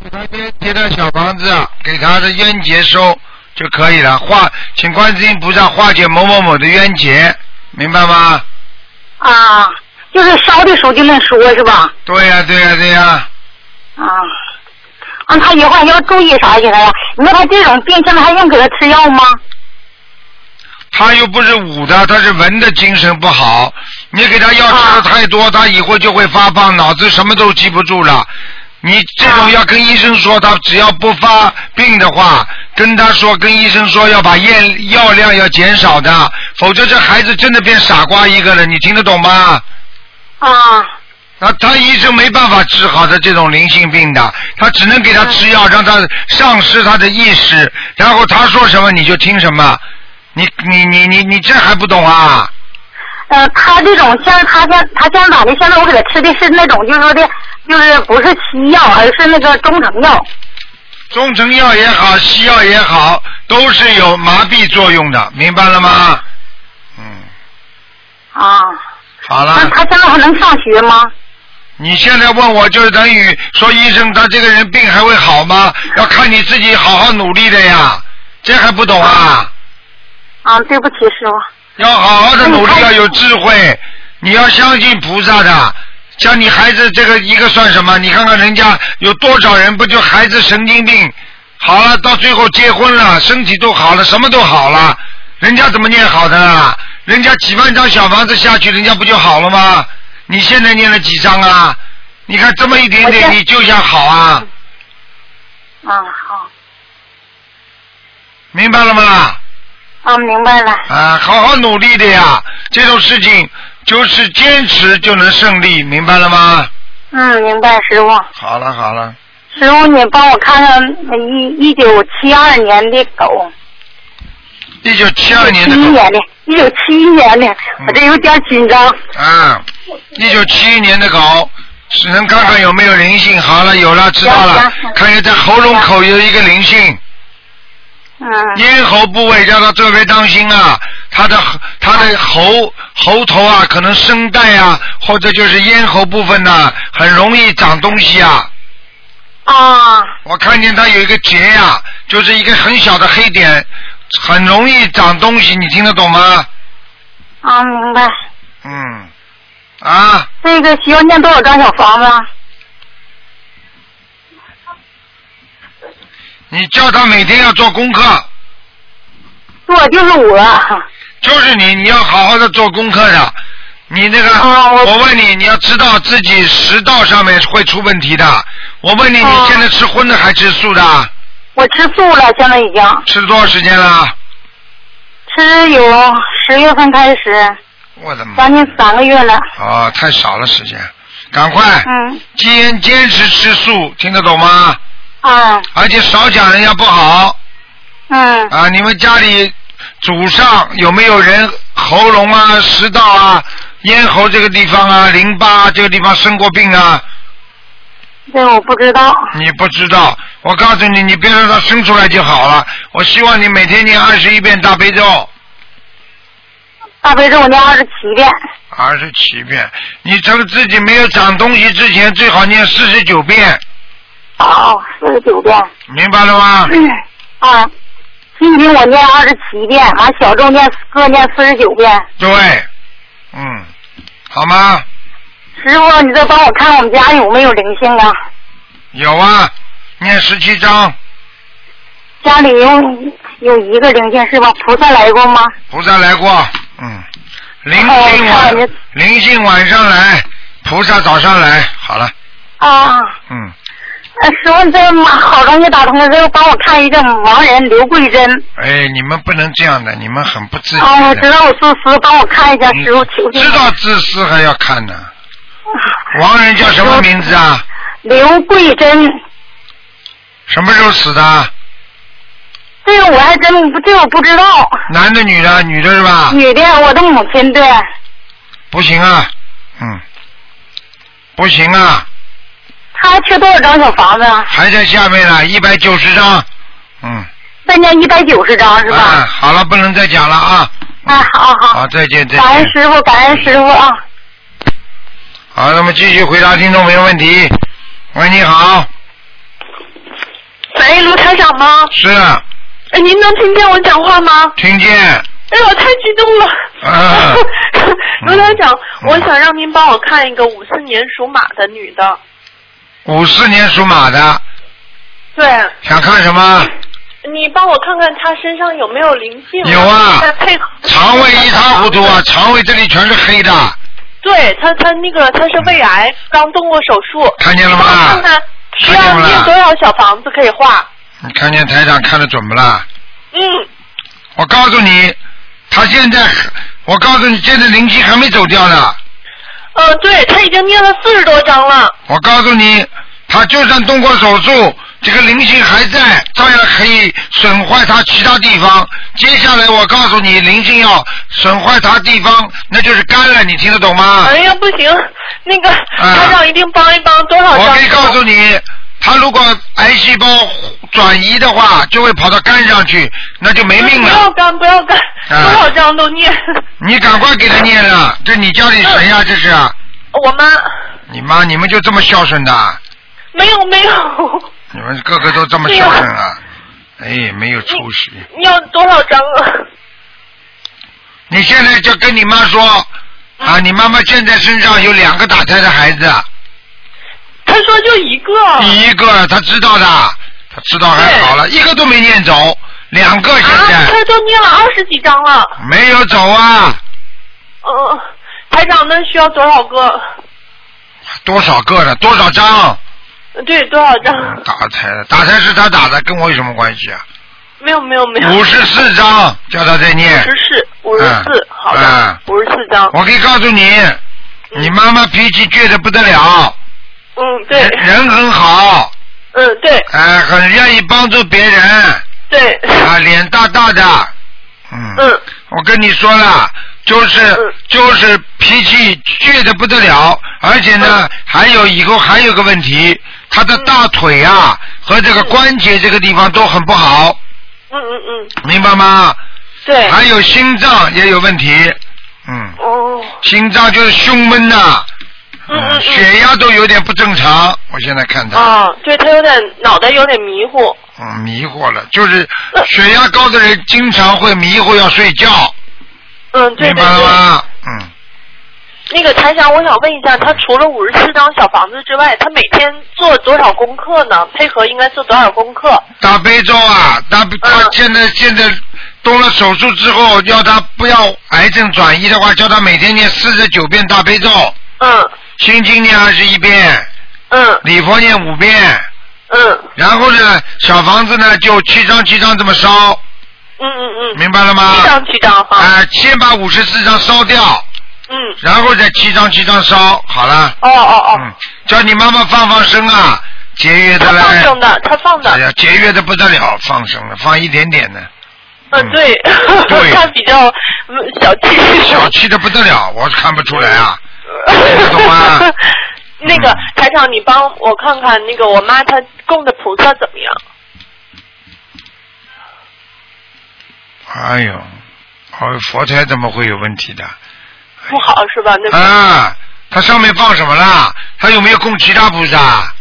Speaker 1: 给他冤结的小房子，给他的冤结收就可以了。化，请观世音菩萨化解某某某的冤结，明白吗？
Speaker 6: 啊，就是烧的时候就那说是吧？
Speaker 1: 对呀、对呀、对呀、
Speaker 6: 啊，啊，他以后还要注意啥去他呀？你说他这种病，现在还用给他吃药吗？
Speaker 1: 他又不是武的，他是文的，精神不好。你给他药吃的太多，他以后就会发胖，脑子什么都记不住了。你这种要跟医生说，他只要不发病的话，跟他说，跟医生说要把验药量要减少的，否则这孩子真的变傻瓜一个了。你听得懂吗？
Speaker 6: 啊，
Speaker 1: 那他医生没办法治好的这种灵性病的，他只能给他吃药，让他丧失他的意识，然后他说什么你就听什么。你你你你你这还不懂啊？
Speaker 6: 呃，他这种现在他现他现在咋的？现在我给他吃的是那种，就是说的，就是不是西药，而是那个中成药。
Speaker 1: 中成药也好，西药也好，都是有麻痹作用的，明白了吗？嗯，
Speaker 6: 啊，
Speaker 1: 好
Speaker 6: 那
Speaker 1: 了
Speaker 6: 他，现在还能上学吗？
Speaker 1: 你现在问我就是等于说医生他这个人病还会好吗？要看你自己好好努力的呀，这还不懂啊？
Speaker 6: 啊，对不起，师傅。
Speaker 1: 要好嗯好的努力
Speaker 6: 那，你
Speaker 1: 要
Speaker 6: 看
Speaker 1: 有智慧，你要相信菩萨的。像你孩子这个一个算什么？你看看人家有多少人不就孩子神经病，好了，到最后结婚了，身体都好了，什么都好了，人家怎么念好的啊？人家几万张小房子下去，人家不就好了吗？你现在念了几张啊？你看这么一点
Speaker 6: 我
Speaker 1: 点，
Speaker 6: 现
Speaker 1: 你就想好啊？
Speaker 6: 啊，好，
Speaker 1: 明白了吗？
Speaker 6: 啊，明白了。
Speaker 1: 啊，好好努力的呀，这种事情就是坚持就能胜利，明白了吗？
Speaker 6: 嗯，明白，师傅。
Speaker 1: 好了好了，
Speaker 6: 师傅，你帮我看看一一九七二年的狗，
Speaker 1: 一九七二年
Speaker 6: 七
Speaker 1: 的
Speaker 6: 一
Speaker 1: 狗
Speaker 6: 年的，嗯一九七一年的，我这有点紧张。
Speaker 1: 啊，一九七一年的狗，只能看看有没有灵性。好了，有了，知道
Speaker 6: 行
Speaker 1: 了
Speaker 6: 行行，
Speaker 1: 看见在喉咙口有一个灵性，
Speaker 6: 嗯
Speaker 1: 咽喉部位叫他特别当心啊，他的他的喉喉头啊，可能声带啊，或者就是咽喉部分呐、很容易长东西啊。
Speaker 6: 啊，
Speaker 1: 我看见他有一个结呀、就是一个很小的黑点，很容易长东西，你听得懂吗？
Speaker 6: 啊，明白。
Speaker 1: 嗯，啊，
Speaker 6: 这个需要念多少张小房子啊？
Speaker 1: 你叫他每天要做功课，
Speaker 6: 我就是我。
Speaker 1: 就是你，你要好好的做功课的。你那个，
Speaker 6: 啊我
Speaker 1: 我问你，你要知道自己食道上面会出问题的。我问你，
Speaker 6: 啊
Speaker 1: 你现在吃荤的还吃素的？
Speaker 6: 我吃素了，现在已经
Speaker 1: 吃了多少时间了？
Speaker 6: 吃有十月份开始，
Speaker 1: 我的妈
Speaker 6: 将！近三个月了。
Speaker 1: 哦，太少了时间，赶快，
Speaker 6: 嗯
Speaker 1: 坚坚持吃素，听得懂吗？
Speaker 6: 啊
Speaker 1: 而且少讲人家不好。
Speaker 6: 嗯
Speaker 1: 啊，你们家里祖上有没有人喉咙啊、食道啊、咽喉这个地方啊、淋巴、这个地方生过病啊？
Speaker 6: 这我不知道。
Speaker 1: 你不知道，我告诉你，你别让它生出来就好了。我希望你每天念二十一遍大悲咒，
Speaker 6: 大悲咒我念二十七遍，
Speaker 1: 二十七遍。你趁自己没有长东西之前，最好念四十九遍，
Speaker 6: 好哦四十九遍。
Speaker 1: 明白了吗？
Speaker 6: 啊，心经我念二十七遍，完小咒念各念四十九遍。
Speaker 1: 对，嗯，好吗？
Speaker 6: 师傅，你再帮我看我们家有没有灵性啊？
Speaker 1: 有啊，念十七章，
Speaker 6: 家里有有一个灵性是吧？菩萨来过吗？
Speaker 1: 菩萨来过，嗯，灵
Speaker 6: 哦
Speaker 1: 性
Speaker 6: 看了
Speaker 1: 晚灵性晚上来，菩萨早上来，好了，
Speaker 6: 啊，
Speaker 1: 嗯，
Speaker 6: 呃师傅，你这妈好容易打通了，这帮我看一个盲人刘桂珍。
Speaker 1: 哎，你们不能这样的，你们很不自觉
Speaker 6: 啊，我知
Speaker 1: 的，
Speaker 6: 道我自私，帮我看一下，
Speaker 1: 你
Speaker 6: 师傅求求你。
Speaker 1: 嗯知道自私还要看呢。亡人叫什么名字啊？
Speaker 6: 刘桂珍，
Speaker 1: 什么时候死的？
Speaker 6: 这个我还真不，这个我不知道。
Speaker 1: 男的女的？女的是吧？
Speaker 6: 女的，我的母亲对。
Speaker 1: 不行啊，嗯，不行啊，
Speaker 6: 他缺多少张小房子？啊？
Speaker 1: 还在下面呢，一百九十张，嗯，
Speaker 6: 再念一百九十张是
Speaker 1: 啊，
Speaker 6: 吧？
Speaker 1: 好了，不能再讲了啊，
Speaker 6: 啊，好好
Speaker 1: 好，，再见，再
Speaker 6: 感
Speaker 1: 见
Speaker 6: 恩。师傅，感恩师傅啊。
Speaker 1: 好，那么继续回答听众朋友问题。喂，你好，
Speaker 7: 喂，卢台长吗？
Speaker 1: 是
Speaker 7: 哎，您能听见我讲话吗？
Speaker 1: 听见，
Speaker 7: 哎，我太激动了。
Speaker 1: 啊
Speaker 7: 卢台长，
Speaker 1: 嗯
Speaker 7: 我想让您帮我看一个五四年属马的女的。
Speaker 1: 嗯五四年属马的，
Speaker 7: 对，
Speaker 1: 想看什么？
Speaker 7: 你帮我看看她身上有没有灵性。
Speaker 1: 有啊
Speaker 7: 再配合
Speaker 1: 肠胃一塌糊涂啊，肠胃这里全是黑的，
Speaker 7: 对她，她那个她是胃癌，刚动过手术。
Speaker 1: 看见了吗
Speaker 7: 你帮我看看需
Speaker 1: 看
Speaker 7: 要
Speaker 1: 见了
Speaker 7: 念多少小房子可以画？
Speaker 1: 你看见台长看得准不啦？
Speaker 7: 嗯，
Speaker 1: 我告诉你，他现在，我告诉你，现在灵性还没走掉呢。
Speaker 7: 呃，对，她已经念了四十多章了。
Speaker 1: 我告诉你，他就算动过手术，这个灵性还在，照样可以损坏他其他地方。接下来我告诉你，灵性要损坏他地方，那就是肝了，你听得懂吗？
Speaker 7: 哎呀，不行，那个台长一定帮一帮，多少章？
Speaker 1: 啊我可以告诉你，他如果癌细胞转移的话，就会跑到肝上去，那就没命
Speaker 7: 不要
Speaker 1: 了。
Speaker 7: 干，不要干，
Speaker 1: 哎啊
Speaker 7: 多少章都念。
Speaker 1: 你赶快给他念了，这你家里谁呀、
Speaker 7: 嗯
Speaker 1: 这是啊
Speaker 7: 我妈
Speaker 1: 你妈，你们就这么孝顺的？啊
Speaker 7: 没有没有，
Speaker 1: 你们个个都这么孝顺啊？哎，没有出息。
Speaker 7: 你要多少章啊？
Speaker 1: 你现在就跟你妈说，
Speaker 7: 嗯
Speaker 1: 啊，你妈妈现在身上有两个打胎的孩子，啊
Speaker 7: 他说就一个。
Speaker 1: 第一个她知道的，她知道还好了，一个都没念走，两个现
Speaker 7: 啊，
Speaker 1: 在
Speaker 7: 他都念了二十几章了。
Speaker 1: 没有走啊，
Speaker 7: 嗯，台长，那需要多少个？
Speaker 1: 多少个了？多少张？
Speaker 7: 对，多少
Speaker 1: 嗯
Speaker 7: 章？
Speaker 1: 打胎了，打胎是她打的，跟我有什么关系啊？
Speaker 7: 没有没有没有。
Speaker 1: 五十四张，叫她再念
Speaker 7: 十。四，五十四
Speaker 1: 嗯，
Speaker 7: 好
Speaker 1: 嗯
Speaker 7: 的，五十四章。
Speaker 1: 我可以告诉你，你妈妈脾气倔得不得了，
Speaker 7: 嗯，对，
Speaker 1: 人很好，呃
Speaker 7: 嗯，对
Speaker 1: 哎、很愿意帮助别人，
Speaker 7: 对。
Speaker 1: 啊，脸大大的，嗯，
Speaker 4: 嗯，
Speaker 1: 我跟你说了，
Speaker 7: 嗯
Speaker 1: 就是就是脾气倔得不得了，而且呢，
Speaker 7: 嗯
Speaker 1: 还有以后还有个问题，他的大腿啊和这个关节这个地方都很不好，
Speaker 7: 嗯嗯嗯，
Speaker 1: 明白吗？
Speaker 7: 对，
Speaker 1: 还有心脏也有问题，嗯，
Speaker 7: 哦，
Speaker 1: 心脏就是胸闷呐、
Speaker 7: 嗯嗯嗯
Speaker 1: 血压都有点不正常，我现在看他，
Speaker 7: 啊，对他有点脑袋有点迷糊，
Speaker 1: 嗯，迷惑了，就是血压高的人经常会迷糊要睡觉，
Speaker 7: 嗯，对
Speaker 1: 明
Speaker 7: 对
Speaker 1: 白了
Speaker 7: 对。
Speaker 1: 吗？嗯，
Speaker 7: 那个台长，我想问一下，他除了五十四张小房子之外，他每天做多少功课呢？配合应该做多少功课？
Speaker 1: 大悲咒啊，大
Speaker 7: 嗯
Speaker 1: 悲他现在现在动了手术之后，要他不要癌症转移的话，叫他每天念四十九遍大悲咒，
Speaker 7: 嗯
Speaker 1: 心经念二十一遍，
Speaker 7: 嗯
Speaker 1: 礼佛念五遍，
Speaker 7: 嗯
Speaker 1: 然后呢，小房子呢就七张七张这么烧，
Speaker 7: 嗯嗯嗯，
Speaker 1: 明白了吗？
Speaker 7: 七张七张
Speaker 1: 啊、
Speaker 7: 哈，
Speaker 1: 先把五十四张烧掉，
Speaker 7: 嗯，
Speaker 1: 然后再七张七张烧，好了。
Speaker 7: 哦哦哦，
Speaker 1: 嗯，叫你妈妈放放生啊，节约的
Speaker 7: 他
Speaker 1: 嘞。
Speaker 7: 放生的，他放
Speaker 1: 哎
Speaker 7: 的，
Speaker 1: 呀，节约的不得了，放生了，放一点点的，
Speaker 7: 嗯对，
Speaker 1: 对
Speaker 7: 他比较嗯小气，
Speaker 1: 小气的不得了，我看不出来啊。听得懂吗
Speaker 7: 那个
Speaker 1: 嗯
Speaker 7: 台长，你帮我看看那个我妈她供的菩萨怎么样？
Speaker 1: 哎呦，哦，佛台怎么会有问题的？
Speaker 7: 不好是吧？那个
Speaker 1: 啊，它上面放什么啦？它有没有供其他菩萨？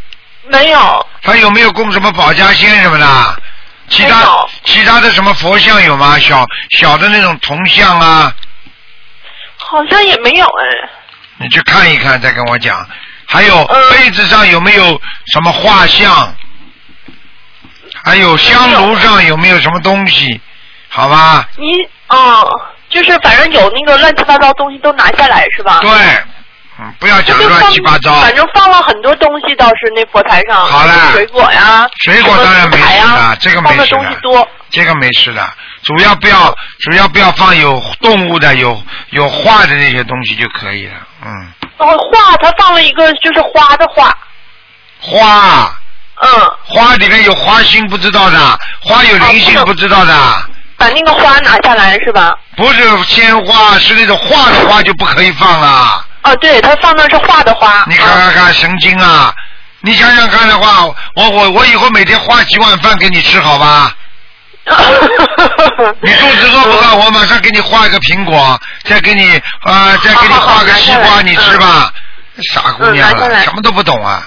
Speaker 7: 没有，
Speaker 1: 它有没有供什么保家仙什么的？其
Speaker 7: 没
Speaker 1: 他
Speaker 7: 有
Speaker 1: 其他的什么佛像有吗？小小的那种铜像啊，
Speaker 7: 好像也没有哎。
Speaker 1: 你去看一看，再跟我讲。还有
Speaker 7: 嗯
Speaker 1: 被子上有没有什么画像？还有香炉上有没有什么东西？好吧，
Speaker 7: 你哦，就是反正有那个乱七八糟东西都拿下来是吧？
Speaker 1: 对，嗯，不要
Speaker 7: 他
Speaker 1: 讲
Speaker 7: 就放
Speaker 1: 乱七八糟。
Speaker 7: 反正放了很多东西，倒是那佛台上，
Speaker 1: 好啦
Speaker 7: 水果呀，
Speaker 1: 水果当然没
Speaker 7: 什
Speaker 1: 事
Speaker 7: 么啊
Speaker 1: 的，这个
Speaker 7: 放
Speaker 1: 没
Speaker 7: 的
Speaker 1: 事
Speaker 7: 东西
Speaker 1: 的
Speaker 7: 多，，
Speaker 1: 这个没事的。主要不要，主要不要放有动物的、有有画的那些东西就可以了。嗯，
Speaker 7: 然后画他放了一个就是花的画，
Speaker 1: 花
Speaker 7: 嗯，
Speaker 1: 花里面有花心不知道的，花有灵性
Speaker 7: 哦
Speaker 1: 不
Speaker 7: 不
Speaker 1: 知道的。
Speaker 7: 把那个花拿下来是吧？
Speaker 1: 不是鲜花，是那种画的花就不可以放了。
Speaker 7: 哦，对，他放的是画的花。
Speaker 1: 你看看看，神经啊！你想想看的话，我我我以后每天花几碗饭给你吃，好吧？
Speaker 7: 嗯
Speaker 1: 你肚子饿不 饿？我马上给你画一个苹果，再给你呃，再给你
Speaker 7: 好好
Speaker 1: 画个西
Speaker 7: 拿下
Speaker 1: 瓜，
Speaker 7: 来嗯
Speaker 1: 你吃吧。傻姑娘
Speaker 7: 嗯拿下
Speaker 1: 了，
Speaker 7: 来
Speaker 1: 什么都不懂啊！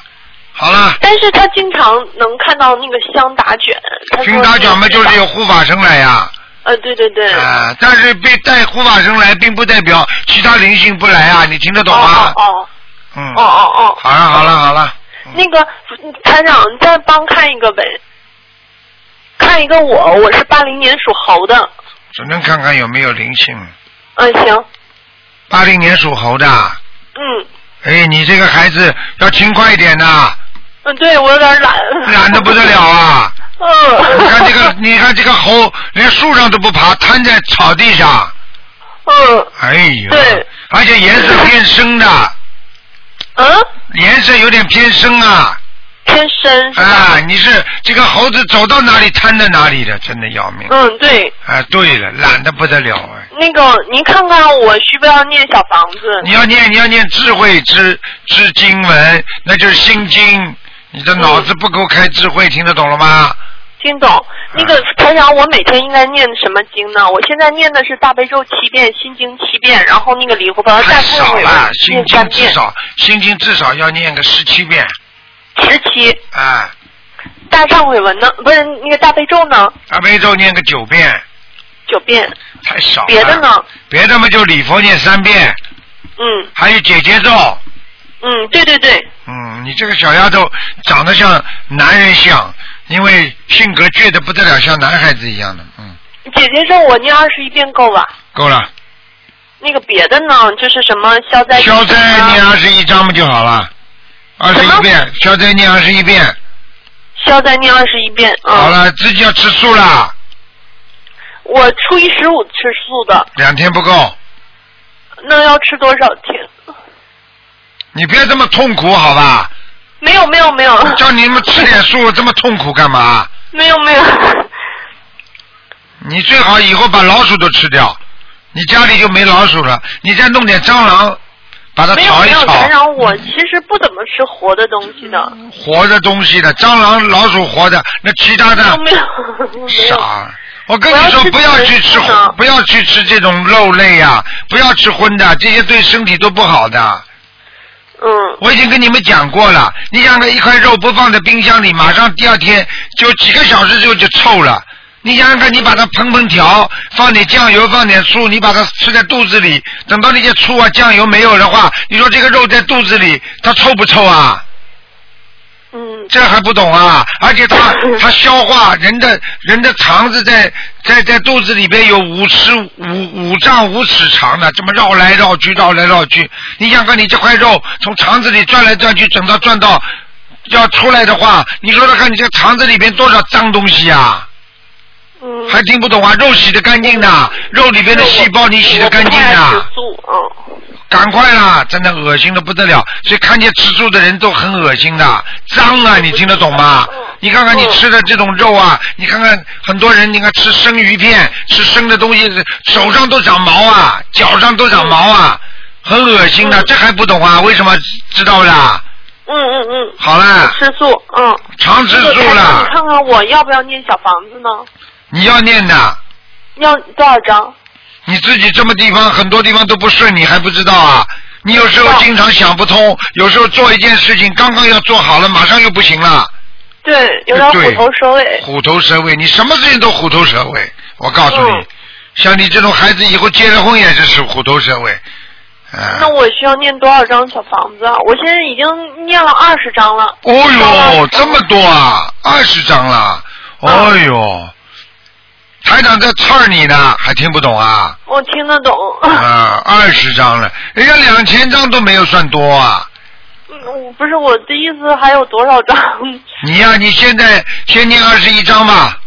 Speaker 1: 好了，
Speaker 7: 但是他经常能看到那个香打卷，他说
Speaker 1: 听他讲嘛，就是有护法神来呀、
Speaker 7: 呃，对对对，
Speaker 1: 啊，但是被带护法神来，并不代表其他灵性不来啊，你听得懂吗
Speaker 7: 哦？哦
Speaker 1: 嗯
Speaker 7: 哦，哦哦
Speaker 1: 好了好了好了，
Speaker 7: 哦，那个团长，你再帮看一个呗，看一个我，我是八零年属猴的，
Speaker 1: 只能看看有没有灵性。
Speaker 7: 嗯行，
Speaker 1: 八零年属猴的，
Speaker 7: 嗯
Speaker 1: 哎，你这个孩子要勤快一点呐、
Speaker 7: 嗯，对我有点懒，
Speaker 1: 懒得不得了啊！
Speaker 7: 嗯，
Speaker 1: 你看这 个，你看这个猴连树上都不爬，瘫在草地上，
Speaker 7: 嗯
Speaker 1: 哎呦，
Speaker 7: 对，
Speaker 1: 而且颜色偏深的，
Speaker 7: 嗯，
Speaker 1: 颜色有点偏深啊，
Speaker 7: 偏深是吧？
Speaker 1: 啊，你是这个猴子走到哪里瘫在哪里的，真的要命。
Speaker 7: 嗯，对，
Speaker 1: 啊，对了，懒得不得了哎。
Speaker 7: 那个您看看我需不要念小房子？
Speaker 1: 你要念，你要念智慧之之经文，那就是心经。你的脑子不够开智慧，听得懂了吗？
Speaker 7: 听懂。
Speaker 1: 嗯
Speaker 7: 那个台长，我每天应该念什么经呢？我现在念的是大悲咒七遍，心经七遍，然后那个礼佛宝
Speaker 1: 太
Speaker 7: 啊大
Speaker 1: 少
Speaker 7: 忏悔
Speaker 1: 了
Speaker 7: 文，
Speaker 1: 心
Speaker 7: 念
Speaker 1: 经
Speaker 7: 三
Speaker 1: 至
Speaker 7: 遍，
Speaker 1: 少心经至少要念个十七遍，
Speaker 7: 十七。
Speaker 1: 啊，
Speaker 7: 大忏悔文呢？不是那个大悲咒呢？
Speaker 1: 大悲咒念个九遍，
Speaker 7: 九遍。
Speaker 1: 太少了。
Speaker 7: 别的？呢？
Speaker 1: 别的嘛就礼佛念三遍，
Speaker 7: 嗯
Speaker 1: 还有姐姐咒。
Speaker 7: 嗯，对对对，
Speaker 1: 嗯，你这个小丫头长得像男人像，因为性格倔得不得了，像男孩子一样的。嗯，
Speaker 7: 姐姐咒我念二十一遍够吧？
Speaker 1: 够了，
Speaker 7: 那个别的呢？就是什么消灾、啊
Speaker 1: 消灾念二十一章不就好了？二十
Speaker 7: 什
Speaker 1: 一
Speaker 7: 么
Speaker 1: 遍，消灾念二十一遍。
Speaker 7: 消灾念二十一遍。嗯、
Speaker 1: 好，了，自己要吃素啦，
Speaker 7: 我初一十五吃素的，
Speaker 1: 两天不够，
Speaker 7: 那要吃多少天？
Speaker 1: 你别这么痛苦好吧？
Speaker 7: 没有没有没有。
Speaker 1: 叫你们吃点素这么痛苦干嘛？
Speaker 7: 没有没有，
Speaker 1: 你最好以后把老鼠都吃掉，你家里就没老鼠了。你再弄点蟑螂，把它
Speaker 7: 没有
Speaker 1: 炒一
Speaker 7: 没有
Speaker 1: 炒
Speaker 7: 打，扰我，其实不怎么吃活的东西的，
Speaker 1: 活的东西的，蟑螂、老鼠活的，那其他的
Speaker 7: 都没有没有。
Speaker 1: 傻。我跟你说，不
Speaker 7: 我
Speaker 1: 要
Speaker 7: 要吃
Speaker 1: 去吃
Speaker 7: 荤的
Speaker 1: 荤，不要去吃这种肉类呀、不要吃荤的，这些对身体都不好的。
Speaker 7: 嗯，
Speaker 1: 我已经跟你们讲过了，你想想一块肉不放在冰箱里，马上第二天就几个小时之后就臭了。你想想看，你把它烹烹调，放点酱油，放点醋，你把它吃在肚子里，等到那些醋啊、酱油没有的话，你说这个肉在肚子里，它臭不臭啊？
Speaker 7: 嗯，
Speaker 1: 这还不懂啊？而且它它消化人的人的肠子在在在肚子里边有五尺五五丈五尺长的，这么绕来绕去绕来绕去。你想看你这块肉从肠子里转来转去，整到转到要出来的话，你说说看你这肠子里边多少脏东西啊？
Speaker 7: 嗯，
Speaker 1: 还听不懂啊？肉洗得干净的，肉里边的细胞你洗得干净啊
Speaker 7: 我不
Speaker 1: 的
Speaker 7: 爱吃。素，嗯，
Speaker 1: 赶快啦！真的恶心的不得了，所以看见吃素的人都很恶心的，脏啊！你听得懂吗
Speaker 7: 嗯？
Speaker 1: 你看看你吃的这种肉啊，你看看很多人，你看吃生鱼片，吃生的东西，手上都长毛啊，脚上都长毛啊，很恶心的，这还不懂啊？为什么知道啦？
Speaker 7: 嗯嗯嗯，
Speaker 1: 好啦，
Speaker 7: 吃素，嗯，
Speaker 1: 常吃
Speaker 7: 那个
Speaker 1: 素
Speaker 7: 台长
Speaker 1: 啦
Speaker 7: 你，看看我要不要念小房子呢？
Speaker 1: 你要念的，
Speaker 7: 要多少张？
Speaker 1: 你自己这么地方很多地方都不顺，你还不知道啊？你有时候经常想不通，有时候做一件事情刚刚要做好了，马上又不行了。
Speaker 7: 对，有点虎
Speaker 1: 对
Speaker 7: 头蛇尾。
Speaker 1: 虎头蛇尾，你什么事情都虎头蛇尾。我告诉你，
Speaker 7: 嗯
Speaker 1: 像你这种孩子以后结了婚也是是虎头蛇尾。啊、
Speaker 7: 那我需要念多少张小房子啊？我现在已经念了二十张了。
Speaker 1: 哦呦，这么多啊，二十张了。
Speaker 7: 嗯
Speaker 1: 哦呦，台长在刺儿你呢，还听不懂啊？
Speaker 7: 我听得懂。
Speaker 1: 啊，二十张了，人家两千张都没有算多啊。
Speaker 7: 嗯，我不是我的意思，还有多少张？
Speaker 1: 你呀、你现在先念二十一张吧，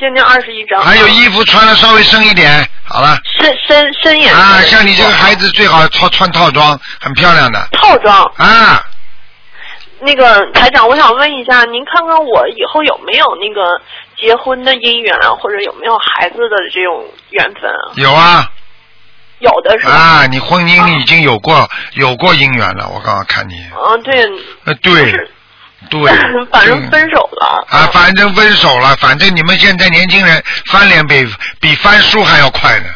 Speaker 7: 先念二十一张。
Speaker 1: 还有衣服穿的稍微深一点，好了。
Speaker 7: 深深深眼
Speaker 1: 啊，像你这个孩子最好穿穿套装，很漂亮的。
Speaker 7: 套装。
Speaker 1: 啊，
Speaker 7: 那个台长，我想问一下，您看看我以后有没有那个结婚的姻缘，或者有没有孩子的这种缘分啊？
Speaker 1: 有啊，
Speaker 7: 有的是吧？
Speaker 1: 啊，你婚姻已经有过有过姻缘了，我刚刚看你，
Speaker 7: 嗯，对，
Speaker 1: 呃，对
Speaker 7: 是，
Speaker 1: 对
Speaker 7: 反正分
Speaker 1: 对
Speaker 7: 手了。
Speaker 1: 啊，反正分手了，反正你们现在年轻人翻脸比比翻书还要快呢，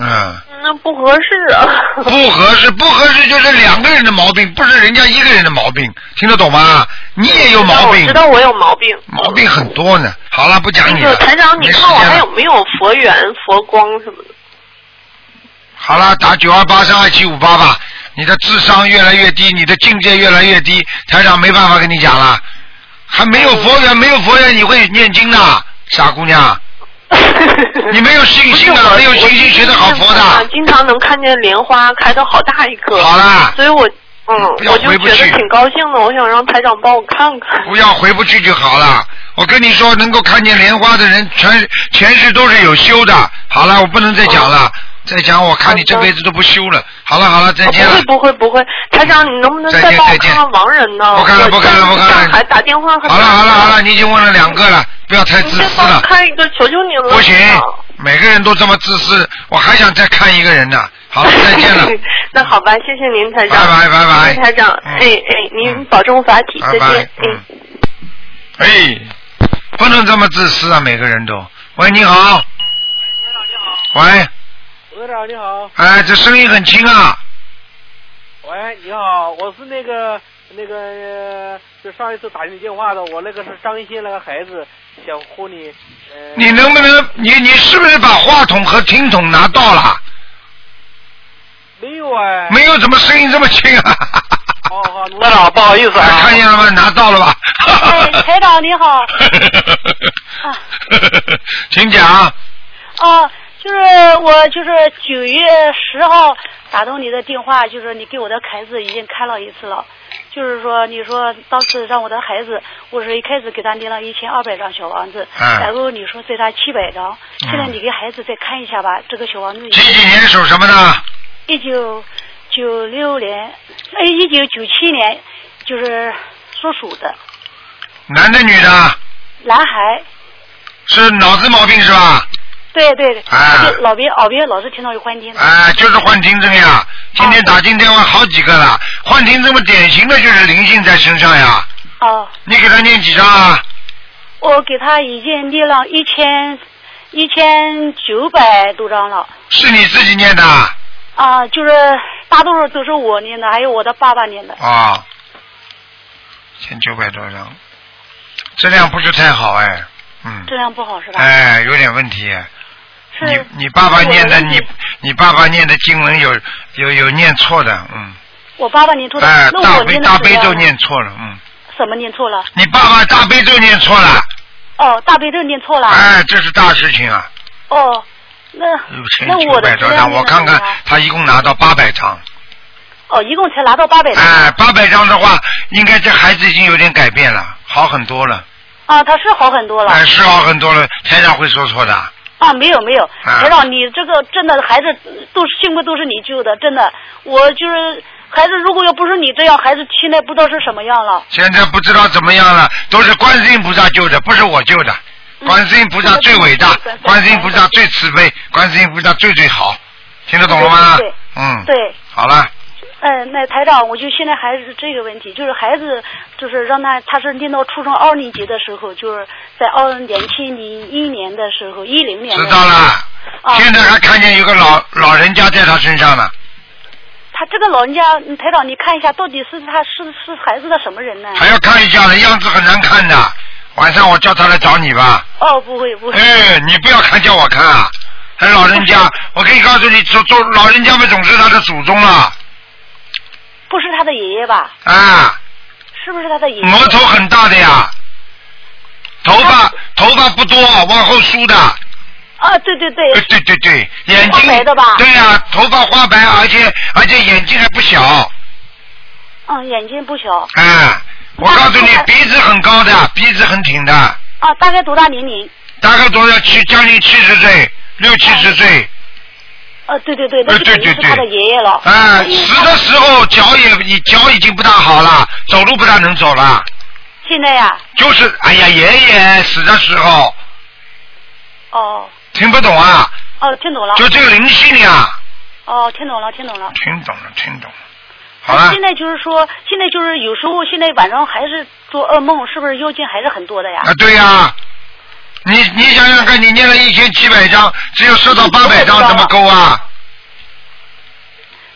Speaker 1: 嗯，
Speaker 7: 那不合适啊。
Speaker 1: 不合适，不合适就是两个人的毛病，不是人家一个人的毛病，听得懂吗？你也有毛病
Speaker 7: 我知，道我有毛病。
Speaker 1: 毛病很多呢。好了，不讲
Speaker 7: 那
Speaker 1: 你
Speaker 7: 个
Speaker 1: 了，
Speaker 7: 台长，你
Speaker 1: 没时
Speaker 7: 看我
Speaker 1: 间
Speaker 7: 还
Speaker 1: 了
Speaker 7: 有没有佛缘、佛光什么的？
Speaker 1: 好了，打九二八三二七五八吧。你的智商越来越低，你的境界越来越低，台长没办法跟你讲了。还没有佛缘，没有佛缘你会念经的，傻姑娘，你没有信
Speaker 7: 不是
Speaker 1: 心
Speaker 7: 我
Speaker 1: 啊，没有信心学得好佛的。
Speaker 7: 经常能看见莲花开的好大一颗。
Speaker 1: 好啦，
Speaker 7: 所以我嗯
Speaker 1: 不要，
Speaker 7: 我就
Speaker 1: 回不
Speaker 7: 觉得
Speaker 1: 去
Speaker 7: 挺高兴的，我想让台长帮我看看。
Speaker 1: 不要回不去就好了。我跟你说，能够看见莲花的人，全前世都是有修的。好了，我不能再讲
Speaker 7: 哦
Speaker 1: 了，再讲我看你这辈子都不修了。好了好了，再见了。
Speaker 7: 啊不会不会不会，台长，你能不能
Speaker 1: 再
Speaker 7: 再
Speaker 1: 见
Speaker 7: 帮我
Speaker 1: 再见
Speaker 7: 看看亡人呢？
Speaker 1: 不看了
Speaker 7: 哦我
Speaker 1: 不看了不看了
Speaker 7: 上海打电话很
Speaker 1: 好了
Speaker 7: 难
Speaker 1: 好了
Speaker 7: 的
Speaker 1: 好了，，你已经问了两个了，不要太
Speaker 7: 你
Speaker 1: 自
Speaker 7: 再
Speaker 1: 私
Speaker 7: 帮我
Speaker 1: 了。
Speaker 7: 看一个，求求你了。啊
Speaker 1: 不行
Speaker 7: 台长，
Speaker 1: 每个人都这么自私，我还想再看一个人呢。好了，再见了，
Speaker 7: 那好吧，谢谢您， 台长。
Speaker 1: 拜拜拜拜
Speaker 7: 谢谢台长，
Speaker 1: 嗯
Speaker 7: 哎哎，
Speaker 1: 嗯
Speaker 7: 您保重法体，
Speaker 1: 拜
Speaker 7: 再
Speaker 1: 拜
Speaker 7: 见。。
Speaker 1: 嗯，哎，不能这么自私啊，每个人都。喂，你好。喂，
Speaker 8: 科长你好，
Speaker 1: 哎，这声音很轻啊。
Speaker 8: 喂，你好，我是那个那个、呃就上一次打你电话的，我那个是张一新那个孩子，想呼你，呃，
Speaker 1: 你能不能，你你是不是把话筒和听筒拿到了？
Speaker 8: 没有哎，
Speaker 1: 没有，怎么声音这么轻啊？
Speaker 8: 好好，
Speaker 9: 科长，不好意思
Speaker 1: 哎
Speaker 9: 啊，
Speaker 1: 看见了吗？拿到 了吧？
Speaker 6: 哎，台长你好，
Speaker 1: 请讲。
Speaker 6: 啊，就是我就是九月十号打通你的电话，就是你给我的孩子已经看了一次了，就是说你说当时让我的孩子，我是一开始给他念了一千二百张小王子，
Speaker 1: 嗯
Speaker 6: 然后你说对他七百张，
Speaker 1: 嗯
Speaker 6: 现在你给孩子再看一下吧，这个小王子
Speaker 1: 几几年属什么的？
Speaker 6: 一九九六年，哎，一九九七年就是属鼠的
Speaker 1: 男的女的？
Speaker 6: 男孩，
Speaker 1: 是脑子毛病是吧？
Speaker 6: 对对对，
Speaker 1: 啊
Speaker 6: 就老别老别老是听到有幻听。
Speaker 9: 嗯
Speaker 1: 哎，就是幻听症呀！今天打进电话好几个了，幻听症嘛，典型的就是灵性在身上呀。
Speaker 6: 哦，
Speaker 1: 你给他念几张啊？
Speaker 6: 我给他已经念了一千一千九百多张了
Speaker 1: 是你自己念的啊？
Speaker 6: 啊，就是大多数都是我念的，还有我的爸爸念的。
Speaker 1: 啊，千九百多张，质量不是太好哎，嗯，
Speaker 6: 质量不好是吧？
Speaker 1: 哎，有点问题。
Speaker 6: 是
Speaker 1: 你你爸爸念的
Speaker 6: 是我
Speaker 1: 你你爸爸念的经文有有有念错的，嗯，
Speaker 6: 我爸爸念错了，
Speaker 1: 哎，
Speaker 6: 那
Speaker 1: 大
Speaker 6: 我
Speaker 1: 悲
Speaker 6: 念的
Speaker 1: 大
Speaker 6: 怎么
Speaker 1: 悲咒
Speaker 6: 样呢
Speaker 1: 念错了，嗯，
Speaker 6: 什么念错了？
Speaker 1: 你爸爸大悲咒念错了，
Speaker 6: 哦，大悲咒念错了。
Speaker 1: 哎，这是大事情啊，
Speaker 6: 哦，那
Speaker 1: 有
Speaker 6: 那
Speaker 1: 千九
Speaker 6: 我的
Speaker 1: 百多
Speaker 6: 质
Speaker 1: 张，
Speaker 6: 量
Speaker 1: 我
Speaker 6: 念得
Speaker 1: 看
Speaker 6: 怎么
Speaker 1: 看
Speaker 6: 样
Speaker 1: 他一共拿到八百张，
Speaker 6: 哦，一共才拿到八百。
Speaker 1: 哎，八百张的话，应该这孩子已经有点改变了，好很多了，
Speaker 6: 啊，他是好很多了。
Speaker 1: 哎，是好很多了，台长会说错的，
Speaker 6: 啊，没有没有，
Speaker 1: 啊
Speaker 6: 台长，你这个真的孩子都是幸亏都是你救的，真的，我就是孩子，如果要不是你这样，孩子现在不知道是什么样了。
Speaker 1: 现在不知道怎么样了，都是观世音菩萨救的，不是我救的。
Speaker 6: 嗯
Speaker 1: 观世音菩萨最伟大，观世音菩萨最慈悲，观世音菩萨最最好，听得懂了吗
Speaker 6: 对对？
Speaker 1: 嗯，
Speaker 6: 对，
Speaker 1: 好了，
Speaker 6: 嗯，那台长，我就现在还是这个问题，就是孩子，就是让他，他是念到初中二年级的时候，就是在二年七零一年的时候，一零年的
Speaker 1: 知
Speaker 6: 时候
Speaker 1: 道了。
Speaker 6: 啊，
Speaker 1: 现在还看见有个老老人家在他身上呢，
Speaker 6: 他这个老人家，嗯台长，你看一下，到底是他是是孩子的什么人呢？
Speaker 1: 还要看一下的样子很难看的。晚上我叫他来找你吧。
Speaker 6: 哦，不会不会，
Speaker 1: 哎，你不要看叫我看啊！还老人家，我可以告诉你，祖祖老人家们总是他的祖宗啊了
Speaker 6: 不是他的爷爷吧？
Speaker 1: 啊。
Speaker 6: 是不是他的爷爷？
Speaker 1: 额头很大的呀，头发头发不多，往后梳的，
Speaker 6: 啊，对对对，
Speaker 1: 呃对对对，眼睛
Speaker 6: 花白的吧
Speaker 1: 对呀、头发花白，而且而且眼睛还不小，
Speaker 6: 嗯，眼睛不小
Speaker 1: 啊，我告诉你
Speaker 6: 那，
Speaker 1: 鼻子很高的，鼻子很挺的，
Speaker 6: 啊，大概多大年龄？
Speaker 1: 大概多少七将近七十岁，六七十岁，
Speaker 6: 呃，对对对，那
Speaker 1: 呃
Speaker 6: 就
Speaker 1: 对
Speaker 6: 等于
Speaker 1: 对
Speaker 6: 是他
Speaker 1: 对
Speaker 6: 的爷爷了。
Speaker 1: 啊，死的时候脚也已脚已经不大好了，走路不大能走了，
Speaker 6: 现在呀，
Speaker 1: 就是哎呀爷爷死的时候
Speaker 6: 哦
Speaker 1: 听不懂啊，
Speaker 6: 哦，听懂了，
Speaker 1: 就这个灵性呀、
Speaker 6: 哦，听懂了，听懂了。
Speaker 1: 听懂了，听懂了。好了
Speaker 6: 现，在就是说，现在就是有时候现在晚上还是做噩梦，是不是妖精还是很多的呀？
Speaker 1: 啊，对呀、你你想想看，你念了一千七百张，只有收到八百张，怎么够啊？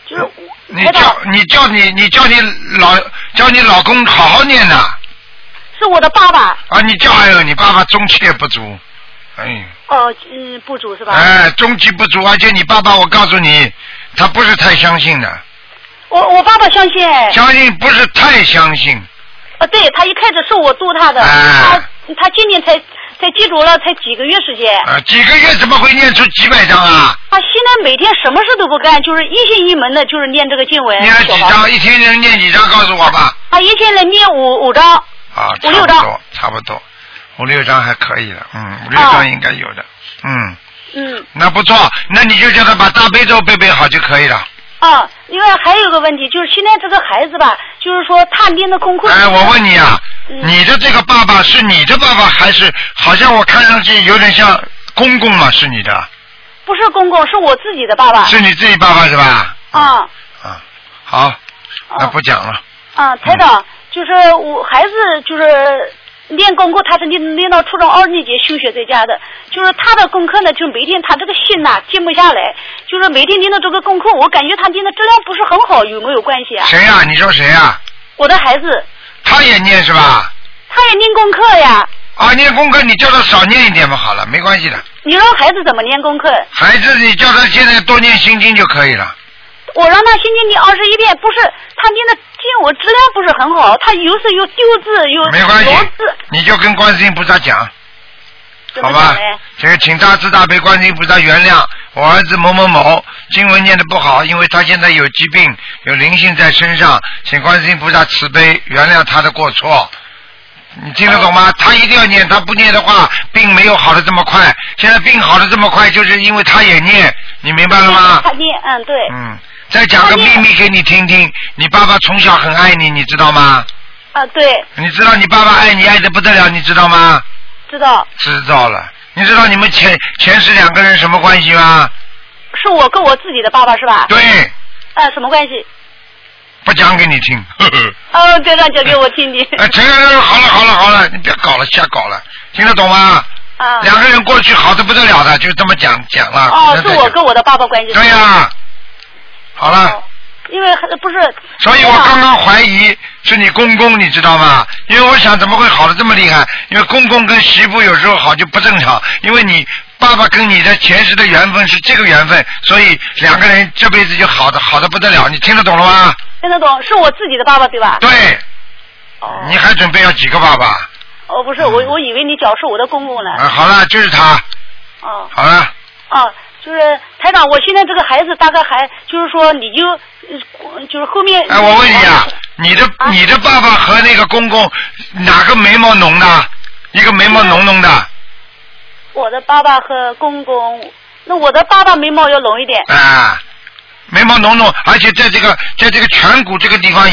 Speaker 6: 就是
Speaker 1: 你
Speaker 6: 台
Speaker 1: 叫
Speaker 6: 长
Speaker 1: 你叫你你叫你老叫你老公好好念呐、啊！
Speaker 6: 是我的爸爸，
Speaker 1: 你叫还有你爸爸中气也不足，哎，
Speaker 6: 哦，嗯，不足是吧？
Speaker 1: 哎，中气不足，而且你爸爸，我告诉你，他不是太相信的，
Speaker 6: 我我爸爸相信哎，
Speaker 1: 相信不是太相信，
Speaker 6: 啊，对他一开始是我度他的，
Speaker 1: 哎
Speaker 6: 他他今年才才记住了，才几个月时间。
Speaker 1: 啊，几个月怎么会念出几百张啊？
Speaker 6: 他现在每天什么事都不干，就是一心一门的，就是念这个经文。
Speaker 1: 念了
Speaker 6: 小
Speaker 1: 几
Speaker 6: 房子
Speaker 1: 张？一天能念几张？告诉我吧。
Speaker 6: 啊，一天能念五五张。
Speaker 1: 啊，
Speaker 6: 五六
Speaker 1: 差不
Speaker 6: 张啊
Speaker 1: 多，差不多，五六张还可以了，嗯，五六张应该有的，嗯，
Speaker 6: 嗯
Speaker 1: 那不错，那你就叫他把大悲咒背背好就可以了。
Speaker 6: 啊，另外还有个问题，就是现在这个孩子吧，就是说他念的功课。
Speaker 1: 哎，我问你啊，
Speaker 6: 嗯
Speaker 1: 你的这个爸爸是你的爸爸还是好像我看上去有点像公公嘛？是你的，
Speaker 6: 不是公公，是我自己的爸爸。
Speaker 1: 是你自己爸爸是吧？
Speaker 6: 啊
Speaker 1: 啊，好，那
Speaker 6: 啊
Speaker 1: 不讲了，
Speaker 6: 啊，台长，就是我孩子就是。练功课，他是练练到初中二年级休学在家的，就是他的功课呢，就是每天他这个心呐、静不下来，就是每天练的这个功课，我感觉他练的质量不是很好，有没有关系啊？
Speaker 1: 谁呀、你说谁呀、
Speaker 6: 我的孩子，
Speaker 1: 他也念是
Speaker 6: 啊
Speaker 1: 吧？
Speaker 6: 他也念功课呀，
Speaker 1: 啊，念功课你叫他少念一点嘛，好了，没关系的。
Speaker 6: 你让孩子怎么念功课？
Speaker 1: 孩子，你叫他现在多念心经就可以了。
Speaker 6: 我让他星期念二十一遍，不是他念的经文质量不是很好，他有时有丢字，有
Speaker 1: 没关系
Speaker 6: 罗字，
Speaker 1: 你就跟观世音菩萨讲，
Speaker 6: 怎
Speaker 1: 好
Speaker 6: 么
Speaker 1: 吧
Speaker 6: 讲嘞？？
Speaker 1: 这个请大慈大悲观世音菩萨原谅我儿子某某某经文念的不好，因为他现在有疾病，有灵性在身上，请观世音菩萨慈悲原谅他的过错。你听得懂吗？他一定要念，他不念的话，病没有好的这么快。现在病好的这么快，就是因为他也念，你明白了吗？
Speaker 6: 他念，嗯，对，
Speaker 1: 嗯。再讲个秘密给你听听，你爸爸从小很爱你，你知道吗？
Speaker 6: 啊，对，
Speaker 1: 你知道你爸爸爱你爱的不得了，你知道吗？
Speaker 6: 知道，
Speaker 1: 知道了。你知道你们前前世两个人什么关系吗？
Speaker 6: 是我跟我自己的爸爸是吧？
Speaker 1: 对，
Speaker 6: 呃，什么关系？
Speaker 1: 不讲给你 听。呵呵
Speaker 6: 哦，别乱讲给我听听。
Speaker 1: 哎，陈先生，好了好了好了，你别搞了，瞎搞了，听得懂吗？
Speaker 6: 啊，
Speaker 1: 两个人过去好的不得了的，就这么讲讲了。不
Speaker 6: 哦，
Speaker 1: 能
Speaker 6: 是
Speaker 1: 再
Speaker 6: 我
Speaker 1: 讲
Speaker 6: 跟我的爸爸关系。
Speaker 1: 对呀、好了。
Speaker 6: 哦因为呃不是，
Speaker 1: 所以我刚刚怀疑是你公公，你知道吗？因为我想怎么会好的这么厉害？因为公公跟媳妇有时候好就不正常，因为你爸爸跟你的前世的缘分是这个缘分，所以两个人这辈子就好的好的不得了。你听得懂了吗？
Speaker 6: 听得懂，是我自己的爸爸对吧？
Speaker 1: 对，
Speaker 6: 哦，
Speaker 1: 你还准备要几个爸爸？
Speaker 6: 哦，不是，我我以为你讲是我的公公呢。
Speaker 1: 嗯啊，好了，就是他，
Speaker 6: 哦。
Speaker 1: 好了，
Speaker 6: 啊，就是台长，我现在这个孩子大概还就是说，你就呃就是后面。
Speaker 1: 哎，我问你啊，你的
Speaker 6: 啊
Speaker 1: 你的爸爸和那个公公哪个眉毛浓的？一个眉毛浓浓的，
Speaker 6: 我的爸爸和公公，那我的爸爸眉毛要浓一点，
Speaker 1: 啊，眉毛浓浓，而且在这个在这个颧骨这个地方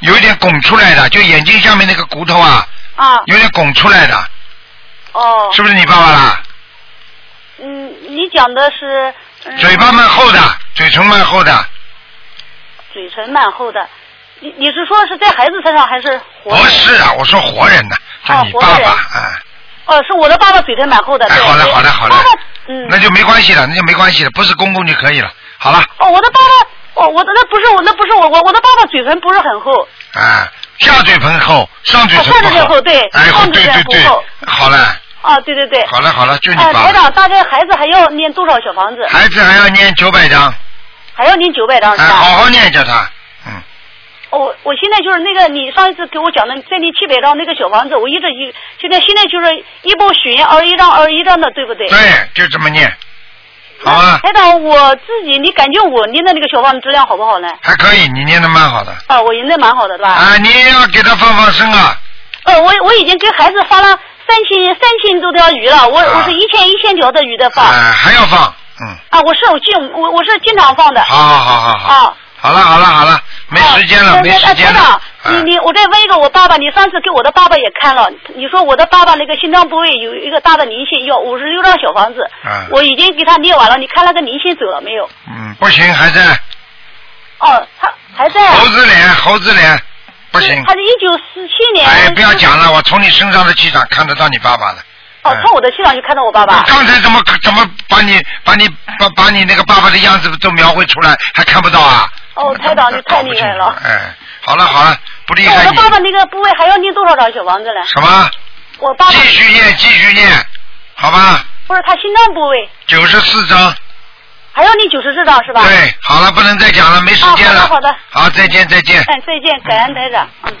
Speaker 1: 有一点拱出来的，就眼睛下面那个骨头啊，
Speaker 6: 啊，
Speaker 1: 有点拱出来的，
Speaker 6: 哦，
Speaker 1: 是不是你爸爸啦？
Speaker 6: 嗯，你讲的是。嗯
Speaker 1: 嘴巴蛮厚的，嘴唇蛮厚的，
Speaker 6: 嘴唇蛮厚的，你你是说是在孩子身上还是
Speaker 1: 不
Speaker 6: 活人？
Speaker 1: 是啊，我说活人呢，是
Speaker 6: 哦
Speaker 1: 你
Speaker 6: 活
Speaker 1: 爸
Speaker 6: 人
Speaker 1: 爸啊，
Speaker 6: 哦，是我的爸爸嘴唇蛮厚的。
Speaker 1: 哎
Speaker 6: 对
Speaker 1: 好了
Speaker 6: 对
Speaker 1: 好了好了
Speaker 6: 爸爸，嗯，
Speaker 1: 那就没关系了，那就没关系了，不是公公就可以了，好了，
Speaker 6: 哦，我的爸爸，哦，我的那不是我，那不是我，我我的爸爸嘴唇不是很厚，
Speaker 1: 啊，下嘴唇厚，上嘴唇
Speaker 6: 哦
Speaker 1: 不
Speaker 6: 上嘴唇
Speaker 1: 厚，
Speaker 6: 厚对
Speaker 1: 哎，
Speaker 6: 上
Speaker 1: 对
Speaker 6: 嘴
Speaker 1: 对
Speaker 6: 唇不
Speaker 1: 对
Speaker 6: 厚，
Speaker 1: 好了，
Speaker 6: 啊，对对对。
Speaker 1: 好了好了，就你
Speaker 6: 哎，
Speaker 1: 爸
Speaker 6: 台
Speaker 1: 爸，
Speaker 6: 长，大概孩子还要念多少小房子？
Speaker 1: 孩子还要念九百张，
Speaker 6: 还要念九百张是
Speaker 1: 哎，
Speaker 6: 吧？
Speaker 1: 好好念叫他，嗯。
Speaker 6: 哦，我我现在就是那个你上一次给我讲的，在你七百张那个小房子，我一直一现在现在就是一波许愿二一张二一张的，对不对？
Speaker 1: 对，就这么念，好啊
Speaker 6: 那
Speaker 1: 吧？
Speaker 6: 台长，我自己你感觉我念的那个小房子质量好不好呢？
Speaker 1: 还可以，你念的蛮好的。
Speaker 6: 啊，我念的蛮好的，对吧？
Speaker 1: 啊，你也要给他放放生啊！
Speaker 6: 呃，我我已经给孩子发了三千三千多条鱼了，我、
Speaker 1: 啊
Speaker 6: 我是一千一千条的鱼的放啊
Speaker 1: 啊，还要放，嗯，
Speaker 6: 我是我经我我是经常放的
Speaker 1: 好好好好好，
Speaker 6: 啊。
Speaker 1: 好了好了好了，没
Speaker 6: 啊
Speaker 1: 时间了，
Speaker 6: 那
Speaker 1: 没
Speaker 6: 那
Speaker 1: 时间
Speaker 6: 台长
Speaker 1: 了，啊
Speaker 6: 你你我再问一个我爸爸，你上次给我的爸爸也看了，你说我的爸爸那个心脏部位有一个大的灵性，要五十六张小房子，
Speaker 1: 啊
Speaker 6: 我已经给他念完了，你看那个灵性走了没有？
Speaker 1: 嗯，不行，还在
Speaker 6: 哦，他还在啊，
Speaker 1: 猴子脸，猴子脸，不行
Speaker 6: 他。是一九四七年，
Speaker 1: 哎，不要讲了，我从你身上的气场看得到你爸爸了。
Speaker 6: 哦
Speaker 1: 嗯，
Speaker 6: 从我的气场就看到我爸爸
Speaker 1: 我，刚才怎么怎么把你把你把把你那个爸爸的样子都描绘出来，还看不到啊？
Speaker 6: 哦台长你太厉害了
Speaker 1: 搞不清楚哎，好了好了，不厉
Speaker 6: 那我
Speaker 1: 害
Speaker 6: 的
Speaker 1: 你。
Speaker 6: 爸爸那个部位还要念多少张小房子呢？
Speaker 1: 什么？
Speaker 6: 我爸
Speaker 1: 继
Speaker 6: 爸
Speaker 1: 续念，继续念，好吧？
Speaker 6: 不是他心脏部位。
Speaker 1: 九十四章，
Speaker 6: 还要你九十四张是吧？
Speaker 1: 对，好了，不能再讲了，没时间了。
Speaker 6: 啊好的
Speaker 1: 好再见，再见。
Speaker 6: 哎，再见，感恩台长。嗯。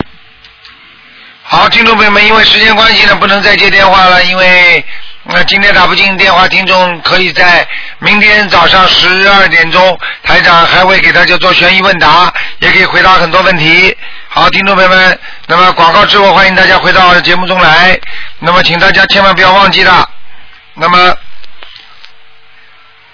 Speaker 1: 好，听众朋友们，因为时间关系呢，不能再接电话了，因为那、呃今天打不进电话，听众可以在明天早上十二点钟，台长还会给大家做悬疑问答，也可以回答很多问题。好，听众朋友们，那么广告之后，欢迎大家回到节目中来。那么，请大家千万不要忘记了。那么，